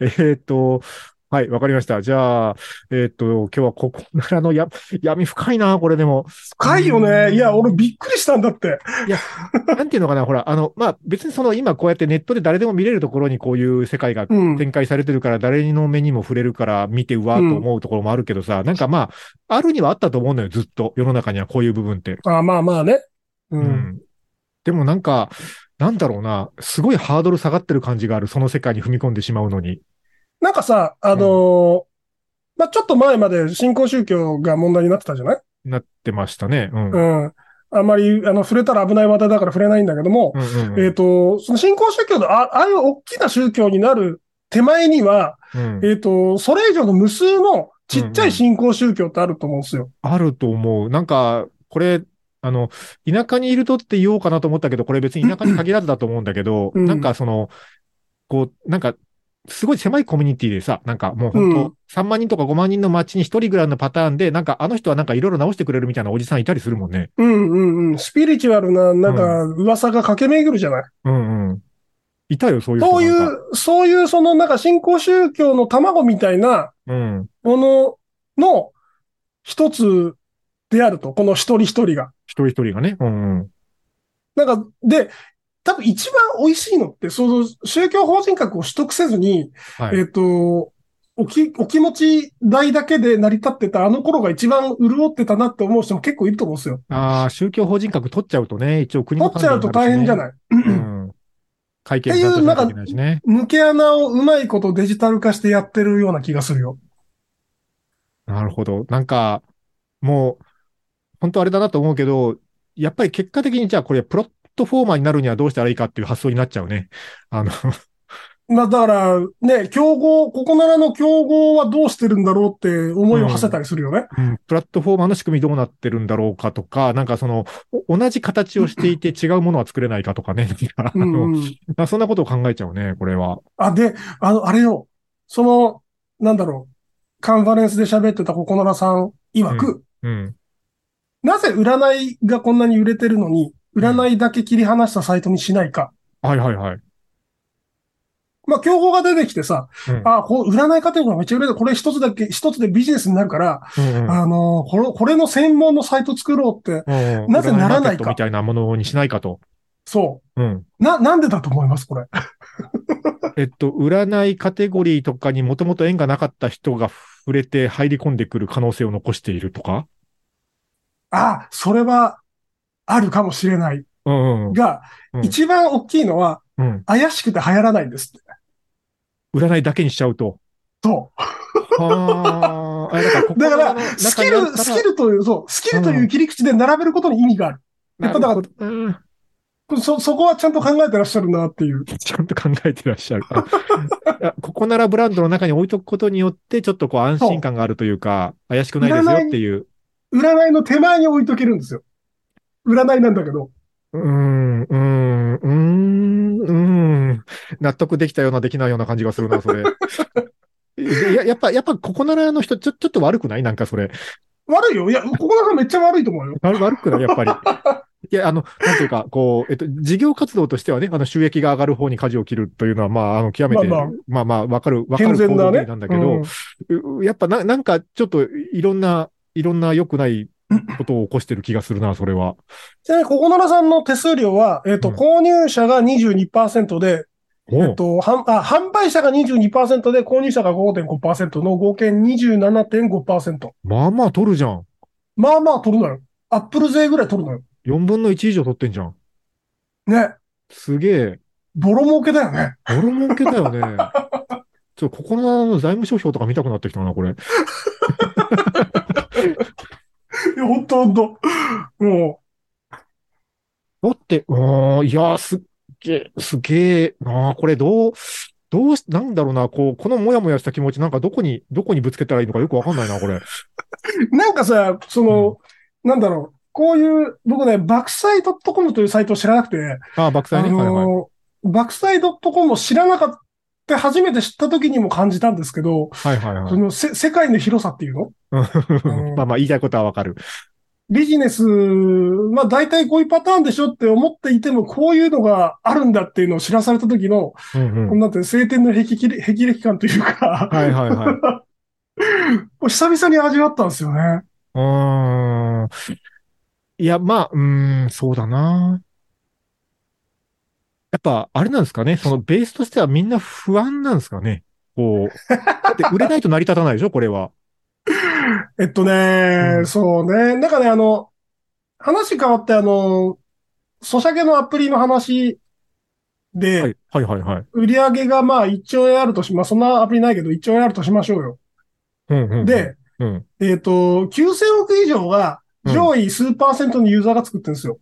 B: えーっと、はい、わかりました。じゃあ、えーっと、今日はここからのや闇深いな、これでも。
C: 深いよね。いや、俺びっくりしたんだって。
B: なんていうのかな、ほら、あの、まあ、別にその今こうやってネットで誰でも見れるところにこういう世界が
C: うん。
B: 展開されてるから、誰の目にも触れるから見てうわーと思うところもあるけどさ、なんかまあ、あるにはあったと思うのよ、ずっと。世の中にはこういう部分って。
C: あまあまあね。う。
B: うんん。でもなんか、なんだろうな、すごいハードル下がってる感じがある、その世界に踏み込んでしまうのに。
C: なんかさ、あのーまあちょっと前まで新興宗教が問題になってたじゃない
B: なってましたね。うん。うん
C: うん。あんまり、あの、触れたら危ない話題だから触れないんだけども、
B: うんうん
C: えっ、と、その新興宗教の、あああいう大きな宗教になる手前には、
B: うん
C: えっ、と、それ以上の無数のちっちゃい新興宗教ってあると思うんですよ。
B: あると思う。なんか、これ、あの、田舎にいるとって言おうかなと思ったけど、これ別に田舎に限らずだと思うんだけど、
C: うん
B: なんかその、こう、なんか、すごい狭いコミュニティでさ、なんかもう本
C: うん
B: 当、3万人とか5万人の街に1人ぐらいのパターンで、なんかあの人はなんかいろいろ直してくれるみたいなおじさんいたりするもんね。
C: うんうんうん。スピリチュアルな、なんか、噂が駆け巡るじゃない。
B: うんうん。いたよ、そういう人
C: そうい
B: なんか
C: う、そういう、その、なんか、新興宗教の卵みたいな
B: うん。
C: ものの一つであると。この一人一人が。
B: 一人一人がね。うんうん。
C: なんか、で、多分一番美味しいのって、その宗教法人格を取得せずに、
B: はい
C: えっ、と、おき、お気持ち代だけで成り立ってたあの頃が一番潤ってたなって思う人も結構いると思うんですよ。
B: ああ、宗教法人格取っちゃうとね、一応国
C: 取
B: の
C: っちゃうと大変じゃ
B: い。
C: ない。
B: うん。会見ちゃんとしなきゃいけないしね。
C: 抜け穴をうまいことデジタル化してやってるような気がするよ。
B: なるほど。なんか、もう、本当あれだなと思うけど、やっぱり結果的にじゃあこれプロットフォーマーになるにはどうしたらいいかっていう発想になっちゃうね。あの、
C: まあだから、ね、競合、ここならの競合はどうしてるんだろうって思いを馳せたりするよね。
B: うんプラットフォーマーの仕組みどうなってるんだろうかとか、なんかその、お同じ形をしていて違うものは作れないかとかね。 なんかあ
C: うん
B: の
C: うん
B: あそんなことを考えちゃうね、これは。
C: あ、で、あの、あれよ。その、なんだろう。カンファレンスで喋ってたココナラさん曰く、
B: うん。
C: なぜ占いがこんなに売れてるのに、占いだけ切り離したサイトにしないか。
B: はいはいはい。
C: まあ、競合が出てきてさ、
B: うん
C: あ、こう占いカテゴリーがめっちゃ売れてる、これ一つだけ、一つでビジネスになるから、
B: うんうん
C: あのーこれ、これの専門のサイト作ろうって、
B: うん
C: なぜなら
B: 占マー
C: な
B: ケ
C: いか
B: ットみたいなものにしないかと。
C: そ
B: うん。
C: う。な、なんでだと思います、これ。
B: えっと、占いカテゴリーとかにもともと縁がなかった人が触れて入り込んでくる可能性を残しているとか
C: あ、それは、あるかもしれない。
B: うんうん。
C: が、
B: うん
C: 一番大きいのは、
B: うん。
C: 怪しくて流行らないんですって。
B: 占いだけにしちゃうと。
C: と。
B: はあ。あだからここ
C: だから
B: の中に
C: スキ
B: あった
C: ル、
B: ら
C: スキルという、そう、スキルという切り口で並べることに意味がある。やっぱだから
B: なるほどうん
C: そ、そこはちゃんと考えてらっしゃるなっていう。
B: ちゃんと考えてらっしゃる。あいやここならブランドの中に置いとくことによって、ちょっとこう安心感があるというか、怪しくないですよっていう。
C: 占いの手前に置いとけるんですよ。占いなんだけど。
B: うーん、うーん、うーん、うーん。納得できたような、できないような感じがするな、それ。 いや、やっぱ、やっぱ、ここならの人、ちょ、ちょっと悪くないなんかそれ。
C: 悪いよ。いや、ここなんかめっちゃ悪いと思うよ。
B: 悪悪くないやっぱり。いや、あの、なんていうか、こう、えっと、事業活動としてはね、あの、収益が上がる方に舵を切るというのは、まあ、あの、極めて、
C: まあまあ
B: まあまあ、わかる、わか
C: 健
B: る
C: 全な
B: 行動
C: ね。
B: 理なんだけど、うやっぱな、なんか、ちょっと、いろんな、いろんな良くないことを起こしてる気がするな、それは。
C: ちなみに、ココナラさんの手数料は、えっ、と、
B: うん
C: 購入者が22%で、
B: おう
C: えっ、と、販あ販売者が22%で、購入者が5.5%の合計27.5%。
B: まあまあ取るじゃん。
C: まあまあ取るのよ。アップル税ぐらい取るのよ。
B: 4分の1以上取ってんじゃん。
C: ね。
B: すげえ。
C: ボロ儲けだよね。
B: ボロ儲けだよね。ちょっと、ここの財務諸表とか見たくなってきたな、これ。
C: いや、ほんとほんと。も
B: だって、うーん、いやー、すっげえ、すげえなあ、これどう、どうし、なんだろうな、こう、このもやもやした気持ち、なんかどこに、どこにぶつけたらいいのかよくわかんないな、 これ。
C: う、なんかさ、その、なんだろう。こういう、僕ね、爆サイ .com というサイトを知らなくて、
B: ああ、爆
C: あ
B: 災ね。はいはい。
C: の、爆サイ .com を知らなかった、初めて知った時にも感じたんですけど、
B: はいはい
C: そのせ世界の広さっていうの
B: は
C: う
B: い。
C: ん
B: まあまあ、言いたいことはわかる。
C: ビジネス、まあ大体こういうパターンでしょって思っていても、こういうのがあるんだっていうのを知らされた時の、
B: うんうん
C: なんていうの晴天の霹靂霹靂感というか、
B: はいはいはい。う
C: これ久々に味わったんですよね。
B: ーん。いや、まあ、うーん、そうだな。やっぱ、あれなんですかね。そのベースとしてはみんな不安なんですかね。こう。だって売れないと成り立たないでしょ、これは。
C: えっとね、
B: うん
C: そうね。なんかね、あの、話変わって、あの、ソシャゲのアプリの話 で、
B: はい、はい、はい、はい。
C: 売り上げがまあ1兆円あるとし、まあそんなアプリないけど1兆円あるとしましょうよ。
B: うんうんうん、
C: で、
B: うん、
C: えっ、と、9000億以上が上位数パーセントのユーザーが作ってるんですよ。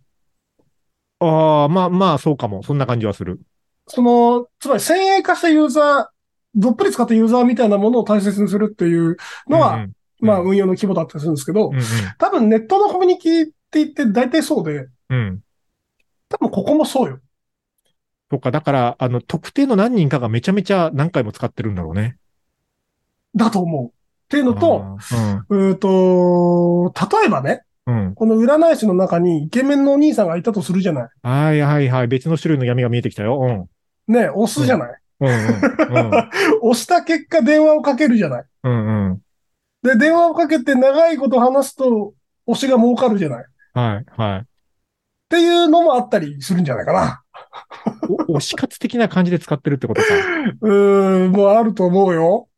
B: ああ、まあまあ、そうかも。そんな感じはする。
C: その、つまり先鋭化したユーザー、どっぷり使ったユーザーみたいなものを大切にするっていうのは、
B: うんうん、
C: まあ運用の規模だったりするんですけど、
B: うん
C: 多分ネットのコミュニティって言って大体そうで、
B: うん、うん。
C: 多分ここもそうよ。
B: とか、だから、あの、特定の何人かがめちゃめちゃ何回も使ってるんだろうね。
C: だと思う。っていうのと、
B: あ
C: うーんと、例えばね、
B: ー、うん、うん。
C: この占い師の中にイケメンのお兄さんがいたとするじゃない。
B: はいはいはい。別の種類の闇が見えてきたよ。うん。
C: ね、押すじゃない。
B: うんうん。
C: 押した結果電話をかけるじゃない。
B: うんうんうん。
C: で、電話をかけて長いこと話すと、推しが儲かるじゃない。っ
B: はいはい。
C: ていうのもあったりするんじゃないかな。
B: お推し活的な感じで使ってるってことか。いう
C: ーん、もうあると思うよ。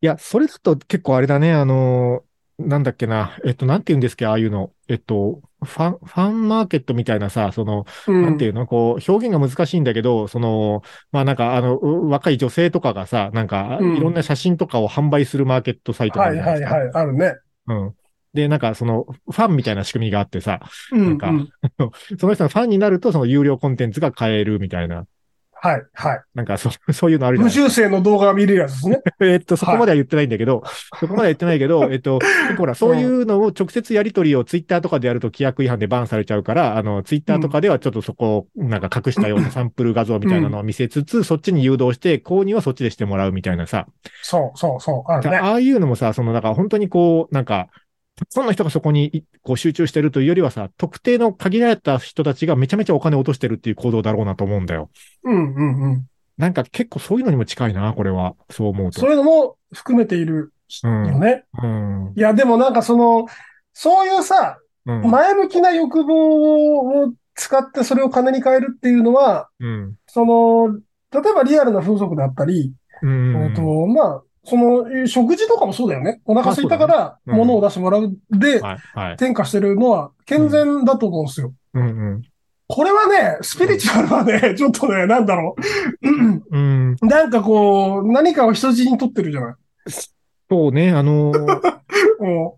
B: や、それだと結構あれだね。あのーなんだっけな。えっと、なんて言うんですっけああいうの。えっと、ファン、ファンマーケットみたいなさ、その、
C: うん。
B: なんていうのこう、表現が難しいんだけど、その、まあなんか、あの、う若い女性とかがさ、なんか、
C: うん
B: いろんな写真とかを販売するマーケットサイトがあ
C: は
B: るじ
C: い
B: ゃない
C: は
B: で
C: い
B: すか。
C: はい、あるね。
B: うん。で、なんか、その、ファンみたいな仕組みがあってさ、
C: うん、
B: なんか
C: うん
B: その人のファンになると、その有料コンテンツが買えるみたいな、
C: はいはい。
B: なんか、そ そういうのあるじゃ
C: 無
B: ないです
C: 修正の動画が見れるやつですね。
B: か。えっと、そこまでは言ってないんだけど、そこまでは言ってないけ ど、えっと、結構ほら、そういうのを直接やり取りをツイッターとかでやると規約違反でバンされちゃうから、あの、ツイッターとかではちょっとそこを、なんか隠したようなサンプル画像みたいなのを見せつつ、そっちに誘導して、購入はそっちでしてもらうみたいなさ。
C: そうそうそう、あるね。
B: ああいうのもさ、その、なんか本当にこう、なんか、たくさんの人がそこにいこう集中してるというよりはさ、特定の限られた人たちがめちゃめちゃお金を落としてるっていう行動だろうなと思うんだよ。
C: うんうんうん。
B: なんか結構そういうのにも近いな、これは。そう思うと。
C: そういうのも含めている
B: うん
C: よね。
B: うん。うん
C: いや、でもなんかその、そういうさ、前向きな欲望を使ってそれを金に変えるっていうのは、
B: うん。
C: その、例えばリアルな風俗だったり、
B: うん。
C: えっと、まあ、その、食事とかもそうだよね。お腹空いたか
B: ま
C: ら、
B: あそうだねうん
C: 物を出してもらうで、
B: はい、はい。
C: 転嫁してるのは健全だと思うんですよ。
B: うん、
C: これはね、スピリチュアルはね、ちょっとね、なんだろう。
B: うん。うん。
C: なんかこう、何かを人質に取ってるじゃない。
B: そうね、あの ー
C: うん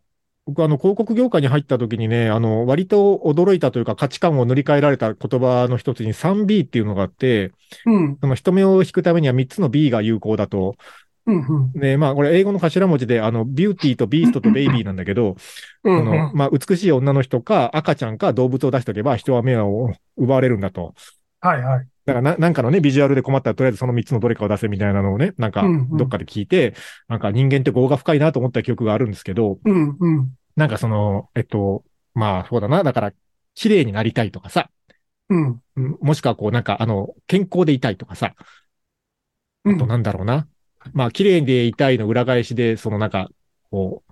B: 僕あの、広告業界に入った時にね、あの、割と驚いたというか価値観を塗り替えられた言葉の一つに 3B っていうのがあって、
C: うん。
B: その人目を引くためには3つの B が有効だと、
C: うん。
B: ね、まあ、これ英語の頭文字で、あの、ビューティーとビーストとベイビーなんだけど、
C: う
B: あ
C: ん。
B: の、まあ、美しい女の人か赤ちゃんか動物を出しておけば人は目を奪われるんだと。
C: はいはい。
B: だからな、なんかのね、ビジュアルで困ったらとりあえずその3つのどれかを出せみたいなのをね、なんか
C: うんうん
B: どっかで聞いて、なんか人間って業が深いなと思った記憶があるんですけど、
C: うん。うん。
B: なんかその、えっと、まあ、そうだな、だから、綺麗になりたいとかさ、
C: うん。
B: うんもしくはこう、なんかあの、健康でいたいとかさ、
C: う
B: あと
C: ん。
B: なんだろうな。まあ、綺麗でいたいの裏返しで、そのなんか、こう、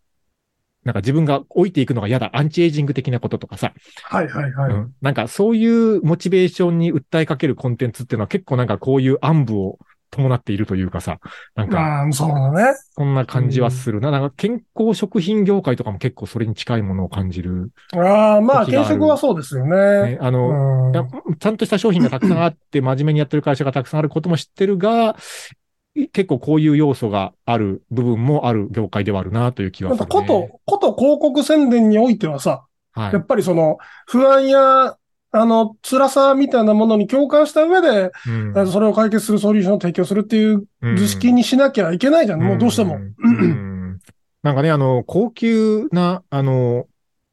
B: なんか自分が老いていくのが嫌だ、アンチエイジング的なこととかさ、
C: はいはいは
B: う
C: い。
B: ん、なんかそういうモチベーションに訴えかけるコンテンツっていうのは結構なんかこういう暗部を伴っているというかさ、なんか
C: ああ、そうだね。
B: そんな感じはするな。なんか健康食品業界とかも結構それに近いものを感じる。
C: ああ、まあ、
B: 時があ
C: 転
B: る
C: 職はそうですよね。
B: ね、あの、
C: うん
B: いやちゃんとした商品がたくさんあって、真面目にやってる会社がたくさんあることも知ってるが、い結構こういう要素がある部分もある業界ではあるなという気は
C: なん
B: する、
C: か
B: ね。
C: こと、こと広告宣伝においてはさ、
B: はい
C: や。っぱりその、不安や、あの、辛さみたいなものに共感した上で、
B: うん
C: あのそれを解決するソリューションを提供するっていう図式にしなきゃいけないじゃん。もうどうしても。
B: んんなんかね、あの、高級な、あの、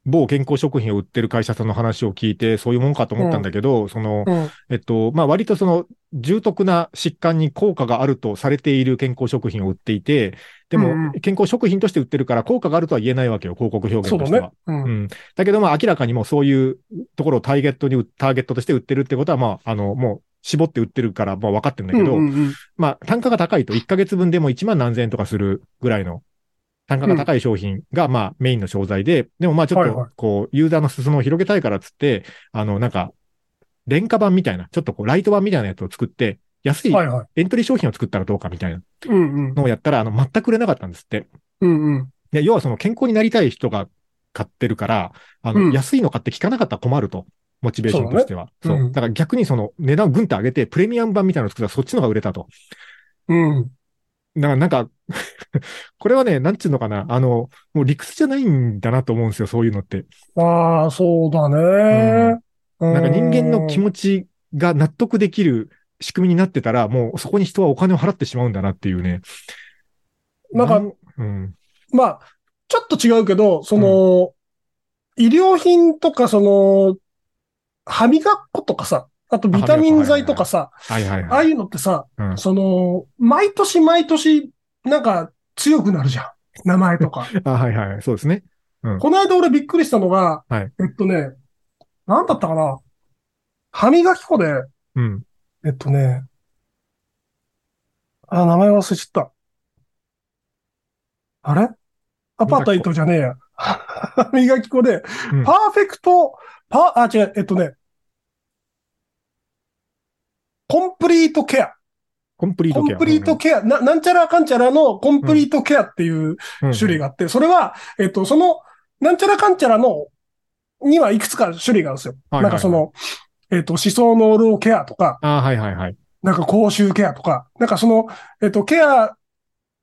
B: 某健康食品を売ってる会社さんの話を聞いて、そういうもんかと思ったんだけど、その、
C: うん
B: えっと、まあ、割とその、重篤な疾患に効果があるとされている健康食品を売っていて、で
C: うんう
B: も
C: ん、
B: 健康食品として売ってるから効果があるとは言えないわけよ、広告表現
C: そ
B: と
C: うだ
B: しては。
C: ね。うん
B: う。ん。だけど、まあ、明らかにもうそういうところをターゲットに、ターゲットとして売ってるってことは、まあ、あの、もう、絞って売ってるから、まあ、分かってるんだけど、
C: うんうんうん
B: まあ、単価が高いと、1ヶ月分でも1万何千円とかするぐらいの、単価が高い商品が、まあ、メインの商材で、でもまあ、ちょっ
C: はいは
B: と、こう、ユーザーの裾野を広げたいからっつって、あの、なんか、廉価版みたいな、ちょっとこう、ライト版みたいなやつを作って、安い
C: はいはい。
B: エントリー商品を作ったらどうかみたいな
C: うんうん。
B: のをやったら、あの、全く売れなかったんですって。
C: うんうん。
B: で、要はその健康になりたい人が買ってるから、あの、
C: うん
B: 安いの買って聞かなかったら困ると。モチベーションとしては。
C: そうだね
B: そうう。
C: ん
B: だから逆にその値段をぐんと上げて、プレミアム版みたいなのを作ったらそっちの方が売れたと。
C: うん。
B: だからなんか、 これはね、なんちゅうのかな、あの、もう理屈じゃないんだなと思うんですよ、そういうのって。
C: ああ、そうだね。
B: なんか人間の気
C: 持ち。
B: 持ちが納得できる仕組みになってたら、もうそこに人はお金を払ってしまうんだなっていうね。
C: なんか、
B: うん。
C: まあ、ちょっと違うけど、その、医療品とか、その、歯磨っ粉とかさ、あとビタミン剤とかさ、
B: はいはい
C: ああ
B: はい。
C: いうのってさ、
B: うん
C: その、毎年毎年、なんか強くなるじゃん。名前とか。
B: あ、はいはい。そうですね。
C: この間俺びっくりしたのが、
B: はい
C: えっとね、なんだったかな歯磨き粉で、
B: うん。
C: えっとね、あ、名前忘れちゃった。あれアパタイトじゃねえや。歯磨き粉で、
B: うん
C: パーフェクト、パー、あ、違う、えっとね、コンプリートケア。
B: コンプリー
C: コ
B: トケ
C: ン
B: ア。
C: プリートケア、な、なんちゃらかんちゃらのコンプリートケアっていう
B: うん
C: 種類があって、それは、えっと、その、なんちゃらかんちゃらの、にはいくつか種類があるんですよ。
B: はいはいはい
C: なんかその、えっと、思想の老ケアとか、
B: あはいはいはい。
C: なんか口臭ケアとか、なんかその、えっと、ケア、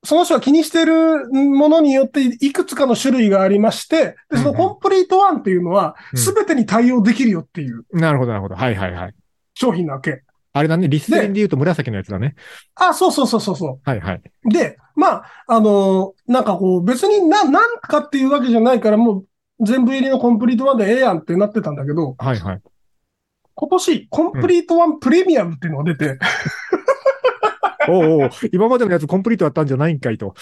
C: その人が気にしてるものによっていくつかの種類がありまして、で、その
B: うんうん
C: コンプリートワンっていうのは、
B: うん
C: すべてに対応できるよっていう
B: なるほど、なるほど。はいはいはい。
C: 商品なわけ。
B: あれだね、リステリンで言うと紫のやつだね。
C: あ、そうそうそうそうそう。
B: はいはい。
C: で、まあ、あのーなんかこう、別にな、なんかっていうわけじゃないから、もう、全部入りのコンプリートワンでええやんってなってたんだけど、
B: はい はい。
C: 今年、コンプリートワンプレミアムっていうのが出て、プレ
B: おうおう今までのやつコンプリートだったんじゃないんかいと。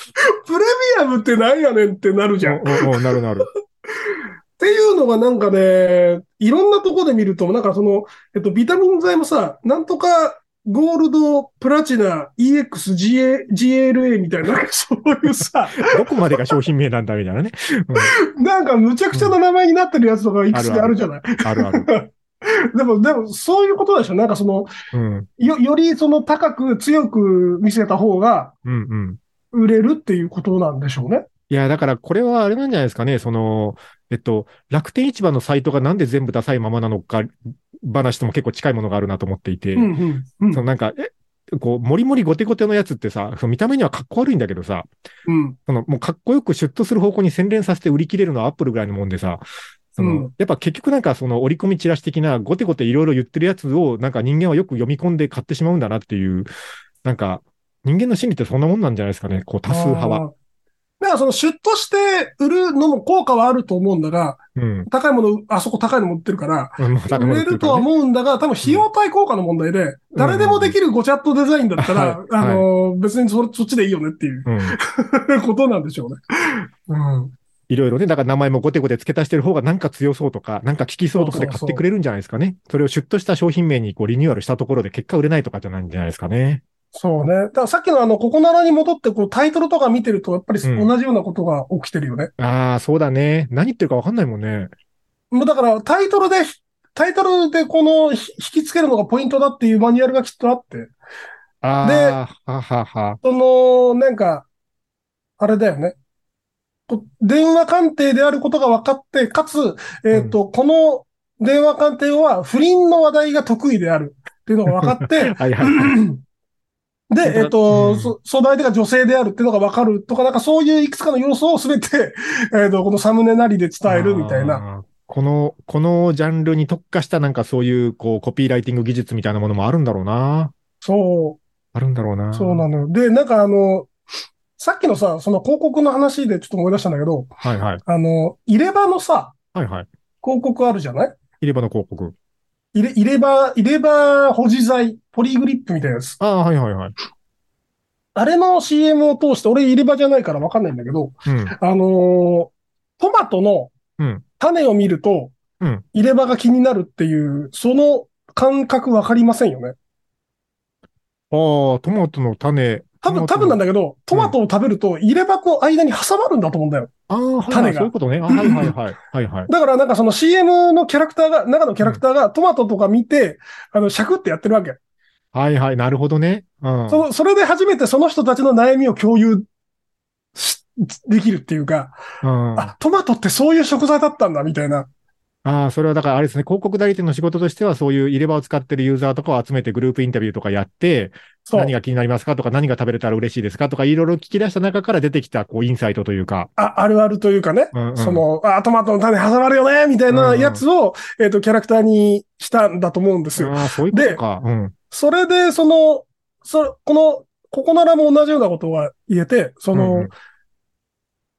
C: ミアムってなんやねんってなるじゃん。っ
B: おうおうなるなる。
C: ていうのがなんかね、いろんなとこで見ると、なんかその、えっと、ビタミン剤もさ、なんとか、ゴールド、プラチナ、EX、GA、GLA みたいな、なんかそういう さ、
B: どこまでが商品名なんだみたいなね。
C: なんかむちゃくちゃな名前になってるやつとかいくつかあるじゃない。
B: あるある。
C: でも、でも、そういうことでしょなんかその、
B: うん。
C: よ、よりその高く強く見せた方が
B: うんうん。
C: 売れるっていうことなんでしょうね。
B: いや、だからこれはあれなんじゃないですかね。その、えっと、楽天市場のサイトがなんで全部ダサいままなのか、話とも結構近いものがあるなと思っていて、
C: うんうんう
B: その
C: ん。
B: なんか、え、こう、もりもりゴテゴテのやつってさ、その見た目にはかっこ悪いんだけどさ、
C: うん。
B: そのもうかっこよくシュッとする方向に洗練させて売り切れるのはアップルぐらいのもんでさ、その
C: うん
B: やっぱ結局なんかその折り込みチラシ的なゴテゴテいろいろ言ってるやつをなんか人間はよく読み込んで買ってしまうんだなっていう、なんか人間の心理ってそんなもんなんじゃないですかね、こう多数派は。
C: あー。だからそのシュッとして売るのも効果はあると思うんだが、
B: うん。
C: 高いもの、あそこ高いのも売ってるから、
B: うんまあ
C: 売れるとは思うんだが、多分費用対効果の問題で、誰でもできるごチャットデザインだったら、
B: うん
C: あのー別にそそっちでいいよねっていう
B: うん、
C: ことなんでしょうね。うん。
B: いろいろね、だから名前もゴテゴテ付け足してる方がなんか強そうとか、なんか効きそうとかで買ってくれるんじゃないですかね。それをシュッとした商品名にこうリニューアルしたところで結果売れないとかじゃないんじゃないですかね。
C: そうね。だからさっきのあの、ここならに戻って、こう、タイトルとか見てると、やっぱり
B: うん
C: 同じようなことが起きてるよね。
B: ああ、そうだね。何言ってるかわかんないもんね。
C: もうだから、タイトルで、タイトルでこのひ引きつけるのがポイントだっていうマニュアルがきっとあって、
B: ああ、ははは。
C: その、なんか、あれだよね。こ電話鑑定であることが分かって、かつ、えっ、と、この電話鑑定は不倫の話題が得意であるっていうのが分 かって、
B: はいはいはい。
C: で、えっ、と、
B: うん
C: そ相談相手が女性であるっていうのが分かるとか、なんかそういういくつかの要素をすべて、えっ、と、このサムネなりで伝えるみたいな。
B: あー。この、このジャンルに特化したなんかそういう、こう、コピーライティング技術みたいなものもあるんだろうな。
C: そう。
B: あるんだろうな。
C: そうなのよ。で、なんかあの、さっきのさ、その広告の話でちょっと思い出したんだけど、
B: はいはい。
C: あの、入れ歯のさ、
B: はいはい。
C: 広告あるじゃない
B: 入れ歯の広告。
C: 入れ、入れ歯、入れ歯保持剤、ポリグリップみたいなやつ。
B: ああ、はいはいはい。
C: あれの CM を通して、俺入れ歯じゃないからわかんないんだけど、
B: うん。
C: あのートマトの
B: うん
C: 種を見ると、
B: うん
C: 入れ歯が気になるっていう、その感覚わかりませんよね。
B: ああ、トマトの種。
C: 多分、多分なん
B: だ。
C: だけど、トマトを食べると入れ歯の間に挟まるんだと思うんだよ。
B: ああ、はいは
C: 種
B: い。
C: が
B: そういうことね。あはいはいはい。はいはい。
C: だからなんかその CM のキャラクターが、中のキャラクターがトマトとか見て、あの、シャクってやってるわけ。
B: はいはい。なるほどね。うん。
C: そのそれで初めてその人たちの悩みを共有しできるっていうか、
B: うん、あ
C: あ、トマトってそういう食材だったんだみたいな。
B: あ、それはだからあれですね。広告代理店の仕事としては、そういう入れ歯を使ってるユーザーとかを集めてグループインタビューとかやって、
C: そう
B: 何。が気になりますかとか、何が食べれたら嬉しいですかとか、いろいろ聞き出した中から出てきた、こう、インサイトというか。
C: ああるあるというかね。
B: うんうん
C: その、あ、トマトの種挟まるよねみたいなやつを、えっ、と、キャラクターにしたんだと思うんですよ。
B: ああ、そういうことか。うん。
C: それで、その、そ、この、ここならも同じようなことは言えて、その、
B: うんうん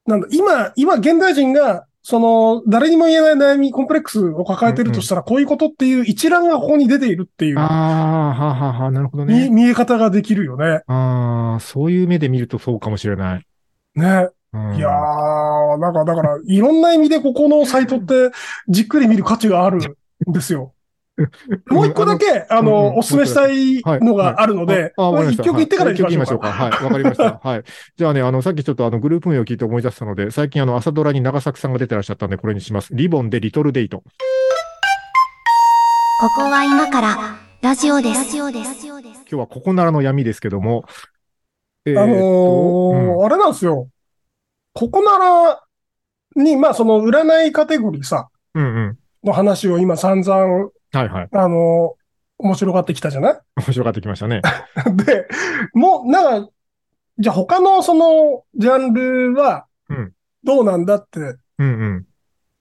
C: なんだ、今、今、現代人が、その、誰にも言えない悩み、コンプレックスを抱えてるとしたら、こういうことっていう一覧がここに出ているっていう、
B: ああ、はあはあはあ、なるほど
C: 見
B: ね。
C: 見え方ができるよね。
B: ああ、そういう目で見るとそうかもしれない。
C: ね。
B: うん、
C: いやー、なんか、だから、いろんな意味でここのサイトって、じっくり見る価値があるんですよ。 もう一個だけ、
B: う
C: あ
B: んうん
C: の、お勧めしたいのがあるので、
B: ああわかりまし
C: 一
B: た
C: 曲言ってから
B: はい
C: 行きましょうか。
B: 一曲言いましょうか。はい、わかりました。 はい。じゃあね、あの、さっきちょっとあの、グループ名を聞いて思い出したので、最近あの、朝ドラに長作さんが出てらっしゃったんで、これにします。リボンでリトルデイト。
A: ここは今からラジオです。ラジオです。
B: 今日はここならの闇ですけども、えー
C: あのー
B: と
C: あれなんですよ。ここならに、まあその占いカテゴリーさ、
B: うん、うんうん。
C: の話を今散々、
B: はいはい。
C: あのー面白がってきたじゃない
B: 面白かってきましたね。
C: で、もう、なんか、じゃあ他のそのジャンルは
B: うん、
C: どうなんだって
B: うんうん。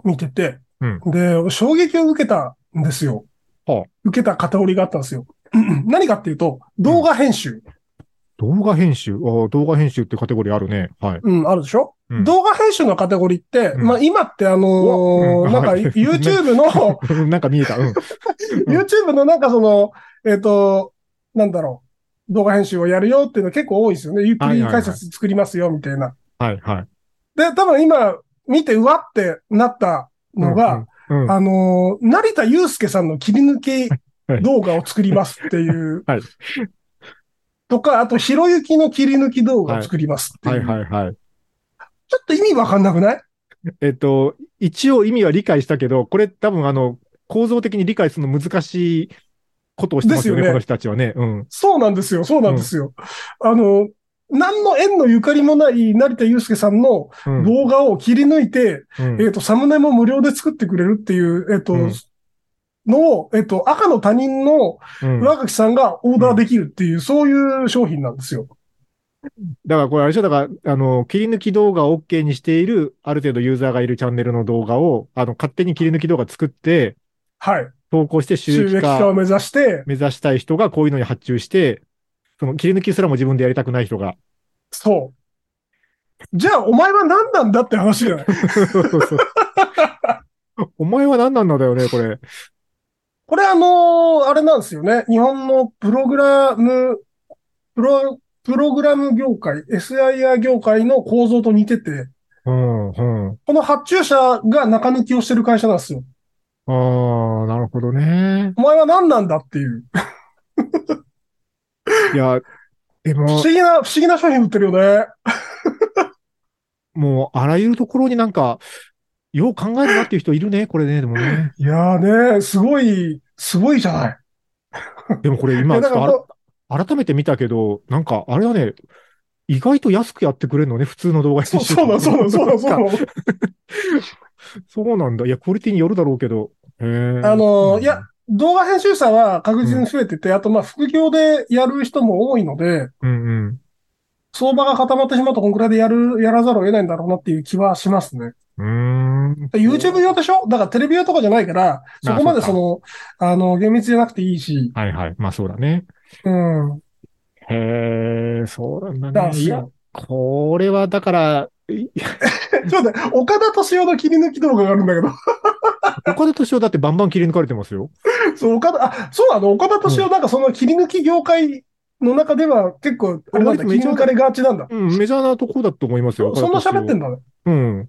C: 見てて、
B: うん
C: で、衝撃を受けたんですよ。
B: はあ
C: 受けたカテゴリーがあったんですよ。 何かっていうと、動画編集。
B: 動画編集。あー動画編集ってカテゴリーあるね。はい。
C: うん、あるでしょ
B: うん
C: 動画編集のカテゴリーって、
B: うん
C: まあ今ってあのー
B: うん
C: なんか
B: はい
C: YouTube の、
B: なんか見えた。うん。
C: YouTube のなんかその、えっ、と、なんだろう、動画編集をやるよっていうの結構多いですよね。ゆっく
B: はい
C: り
B: はいはい
C: 解説作りますよ、みたいな。
B: はいはい。
C: で、多分今、見てうわってなったのが、
B: うん、うん。うん
C: あのー成田祐介さんの切り抜け
B: はい
C: 動画を作りますっていう。
B: はい
C: とか、あと、ひろゆきの切り抜き動画を作りますっていう。
B: はいはいはい。
C: ちょっと意味わかんなくない
B: えっと、一応意味は理解したけど、これ多分あの、構造的に理解するの難しいことをしてますよね、
C: ですよね
B: この人たちはね。うん。
C: そうなんですよ、そうなんですよ。あの、何の縁のゆかりもない成田祐介さんの
B: うん
C: 動画を切り抜いて、
B: うん
C: えっ、と、サムネも無料で作ってくれるっていう、えっ、と、
B: うん
C: のを、えっ、と、赤の他人の
B: うんだか
C: 若木さんがオーダーできるっていう、そういう商品なんですよ。
B: らこれあれでしょだから、あの、切り抜き動画を OK にしている、ある程度ユーザーがいるチャンネルの動画を、あの、勝手に切り抜き動画作って、
C: はい。
B: 投稿して収
C: 収
B: 益
C: 益化
B: 化
C: を目指して、
B: 目指したい人がこういうのに発注して、その切り抜きすらも自分でやりたくない人 が。
C: そう。じゃあ、お前は何なんだって話じゃない
B: そうそうそうお前は何なんだよね、これ。
C: これあのーあれなんですよね。日本のプログラム、プロ、プログラム業界、SIR 業界の構造と似てて、
B: うん、うん。
C: この発注者が中抜きをしてる会社なんですよ。
B: ああ、なるほどね。
C: お前は何なんだっていう。
B: いや、で
C: 不
B: も
C: 思、議な、不思議な商品売ってるよね。
B: もう、あらゆるところになんか、よう考えるなっていう人いるね、これね、でもね。
C: いやーね、すごい、すごいじゃない。
B: でもこれ
C: い
B: 今、
C: や
B: ちょ
C: だ
B: っ
C: から
B: とあら改めて見たけど、なんか、あれはね、意外と安くやってくれるのね、普通の動画
C: そ
B: 編
C: う
B: 集
C: そうだ、そうだ、そうだ、そう
B: なんか
C: だ。
B: そうなんだ。いや、クオリティによるだろうけど。へー
C: あのーいや、動画編集者は確実に増えてて、あとまあ副業でやる人も多いので、
B: うんうん。
C: 相場が固まってしまうとこんくらいでやる、やらざるを得ないんだろうなっていう気はしますね。
B: うーん。
C: で YouTube 用でしょだからテレビ用とかじゃないから、そこまでその、あの、厳密じゃなくていいし、
B: はいはい。まあそうだね。
C: うん。
B: へえ、そうなん
C: だ
B: だ
C: から
B: ね。いや、これはだから、い
C: ちょっと待って、岡田敏夫の切り抜き動画があるんだけど、
B: 岡田敏夫だってバンバン切り抜かれてますよ。
C: そう、岡田、あ、そうなの岡田敏夫なんかその切り抜き業界の中では結構、あれなん
B: 割
C: だ、切り
B: とメジャー
C: 抜かれがちなんだ。
B: うん、メジャーなとこだと思いますよ。
C: そそんな喋ってん
B: だ。
C: だね。
B: うん。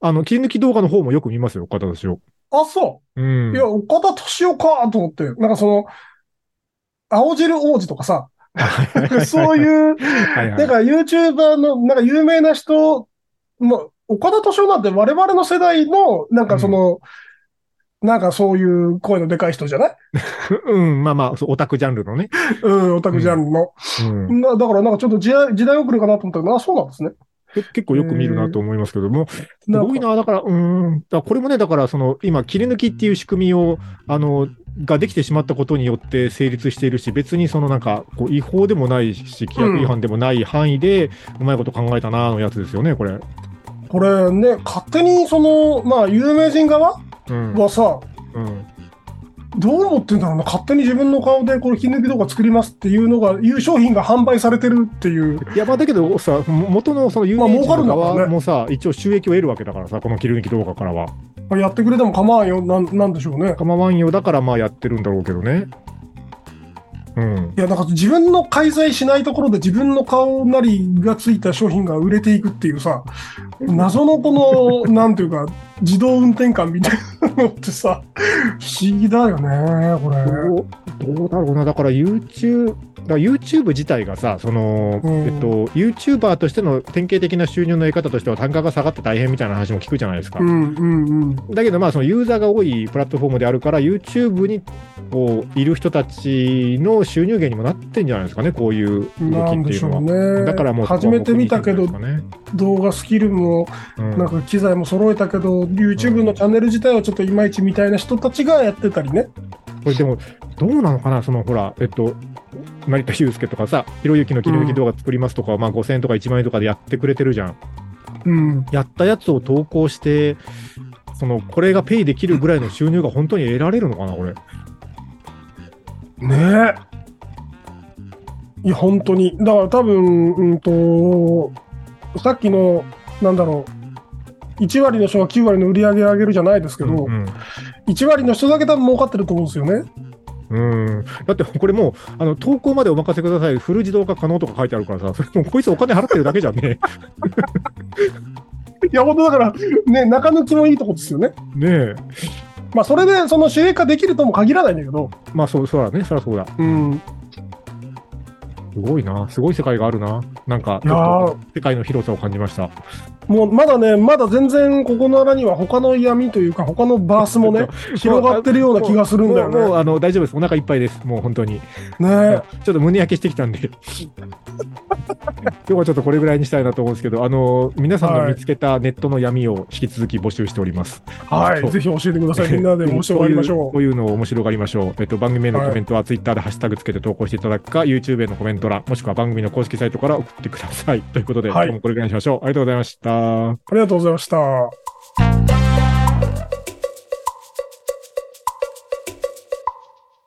B: あの、切り抜き動画の方もよく見ますよ、岡田敏夫。
C: あ、そうう。
B: ん。
C: いや、岡田敏夫かと思って、なんかその、青汁王子とか さ、そう
B: う。
C: いう、
B: はいはい
C: なんか YouTuber の、なんか有名な人、もう、岡田敏夫なんて我々の世代の、なんかその、なんかそういう声のでかい人じゃない
B: うん、まあまあ、そうオタクジャンルのね。
C: うん、オタクジャンルの。
B: うん。
C: なだからなんかちょっと時代時代遅れかなと思ったけど、あ、そうなんですね。
B: け結構よく見るなと思いますけども、す
C: なん
B: ごい
C: か
B: な、だから、うーん、だからこれもね、だから、その、今、切り抜きっていう仕組みを、あの、ができてしまったことによって成立しているし、別にそのなんか、こう違法でもないし、規約違反でもない範囲で、うまいこと考えたな、のやつですよね、これ。
C: これね、勝手にその、まあ、有名人側
B: うん。
C: はさ、
B: うん。
C: どう思ってんだろうな、勝手に自分の顔でこれ、切り抜き動画作りますっていうのが、いう商品が販売されてるっていう。
B: いや、まあ、だけどさ、も元のその有
C: まあ
B: 名人
C: 儲かるんだからね
B: 側もさ、一応収益を得るわけだからさ、この切り抜き動画からは。
C: まあやってくれても構わんよ、なんなんでしょうね。
B: 構わんよだから、まあ、やってるんだろうけどね。うん。
C: いや、だから自分の開催しないところで自分の顔なりがついた商品が売れていくっていうさ、謎のこの、なんていうか、自動運転感みたいなのってさ、不思議だよね、これ。
B: どうどうだろうな、だから YouTube、だから YouTube 自体がさ、その、
C: うん
B: えっと、YouTuber としての典型的な収入の得方としては単価が下がって大変みたいな話も聞くじゃないですか。
C: うんうんうん。
B: だけど、まあ、そのユーザーが多いプラットフォームであるから、YouTube にこういる人たちの収入源にもなってんじゃないですかね、こういう動き
C: なん
B: って
C: で
B: いう
C: しょ
B: の
C: う
B: は。
C: ね。
B: だからもうそこ
C: 初
B: はも
C: め
B: う
C: て見たけど
B: 国、に行くんですかね
C: 動画スキルも、
B: うん
C: なんか機材も揃えたけど、YouTube のチャンネル自体はちょっといまいちみたいな人たちがやってたりね。
B: これでも、どうなのかな、そのほら、えっと、成田悠介とかさ、ひろゆきの切り抜き動画作りますとかは、まあ5000円とか1万円とかでやってくれてるじゃん。
C: うん。
B: やったやつを投稿して、そのこれがペイできるぐらいの収入が本当に得られるのかな、これ。
C: ねえ。いや、本当に。だから多分、うんと、さっきの、なんだろう、1割の人が9割の売り上げ上げるじゃないですけど、
B: うん
C: 1割の人だけ多分儲かってると思うんですよね。
B: うん、だってこれもうあの、投稿までお任せください、フル自動化可能とか書いてあるからさ、それもうこいつお金払ってるだけじゃんね。
C: いや、本当だから、ね、中抜きもいいとこですよね。
B: ねえ、
C: まあ、それで、その収益化できるとも限らないんだけど、
B: まあそうそうだね、そりゃそうだ。
C: うん。
B: すごいな、すごい世界があるな、なんか
C: い
B: ち
C: や
B: ょっ
C: ー
B: と、世界の広さを感じました。
C: もうまだね、まだ全然ここの裏には他の闇というか、他のバース もね、広がってるような気がするんだよ
B: もうもう
C: ね。
B: あの大丈夫です、お腹いっぱいです、もう本当に。
C: ね
B: ちょっと胸焼けしてきたんで、 今日はちょっとこれぐらいにしたいなと思うんですけど、あの皆さんの見つけたネットの闇を引き続き募集しております。
C: は
B: そう
C: い、ぜひ教えてください。みんなで面白がりましょ
B: こういうこういうのを面白がりましょう。えっと、番組へのコメントは Twitter でハッシュタグつけて投稿していただくか、YouTube へのコメント欄、もしくは番組の公式サイトから送ってください。ということで、
C: はい
B: 今日もこれぐらいにしましょう。ありがとうございました。
C: う。ありがとうございました。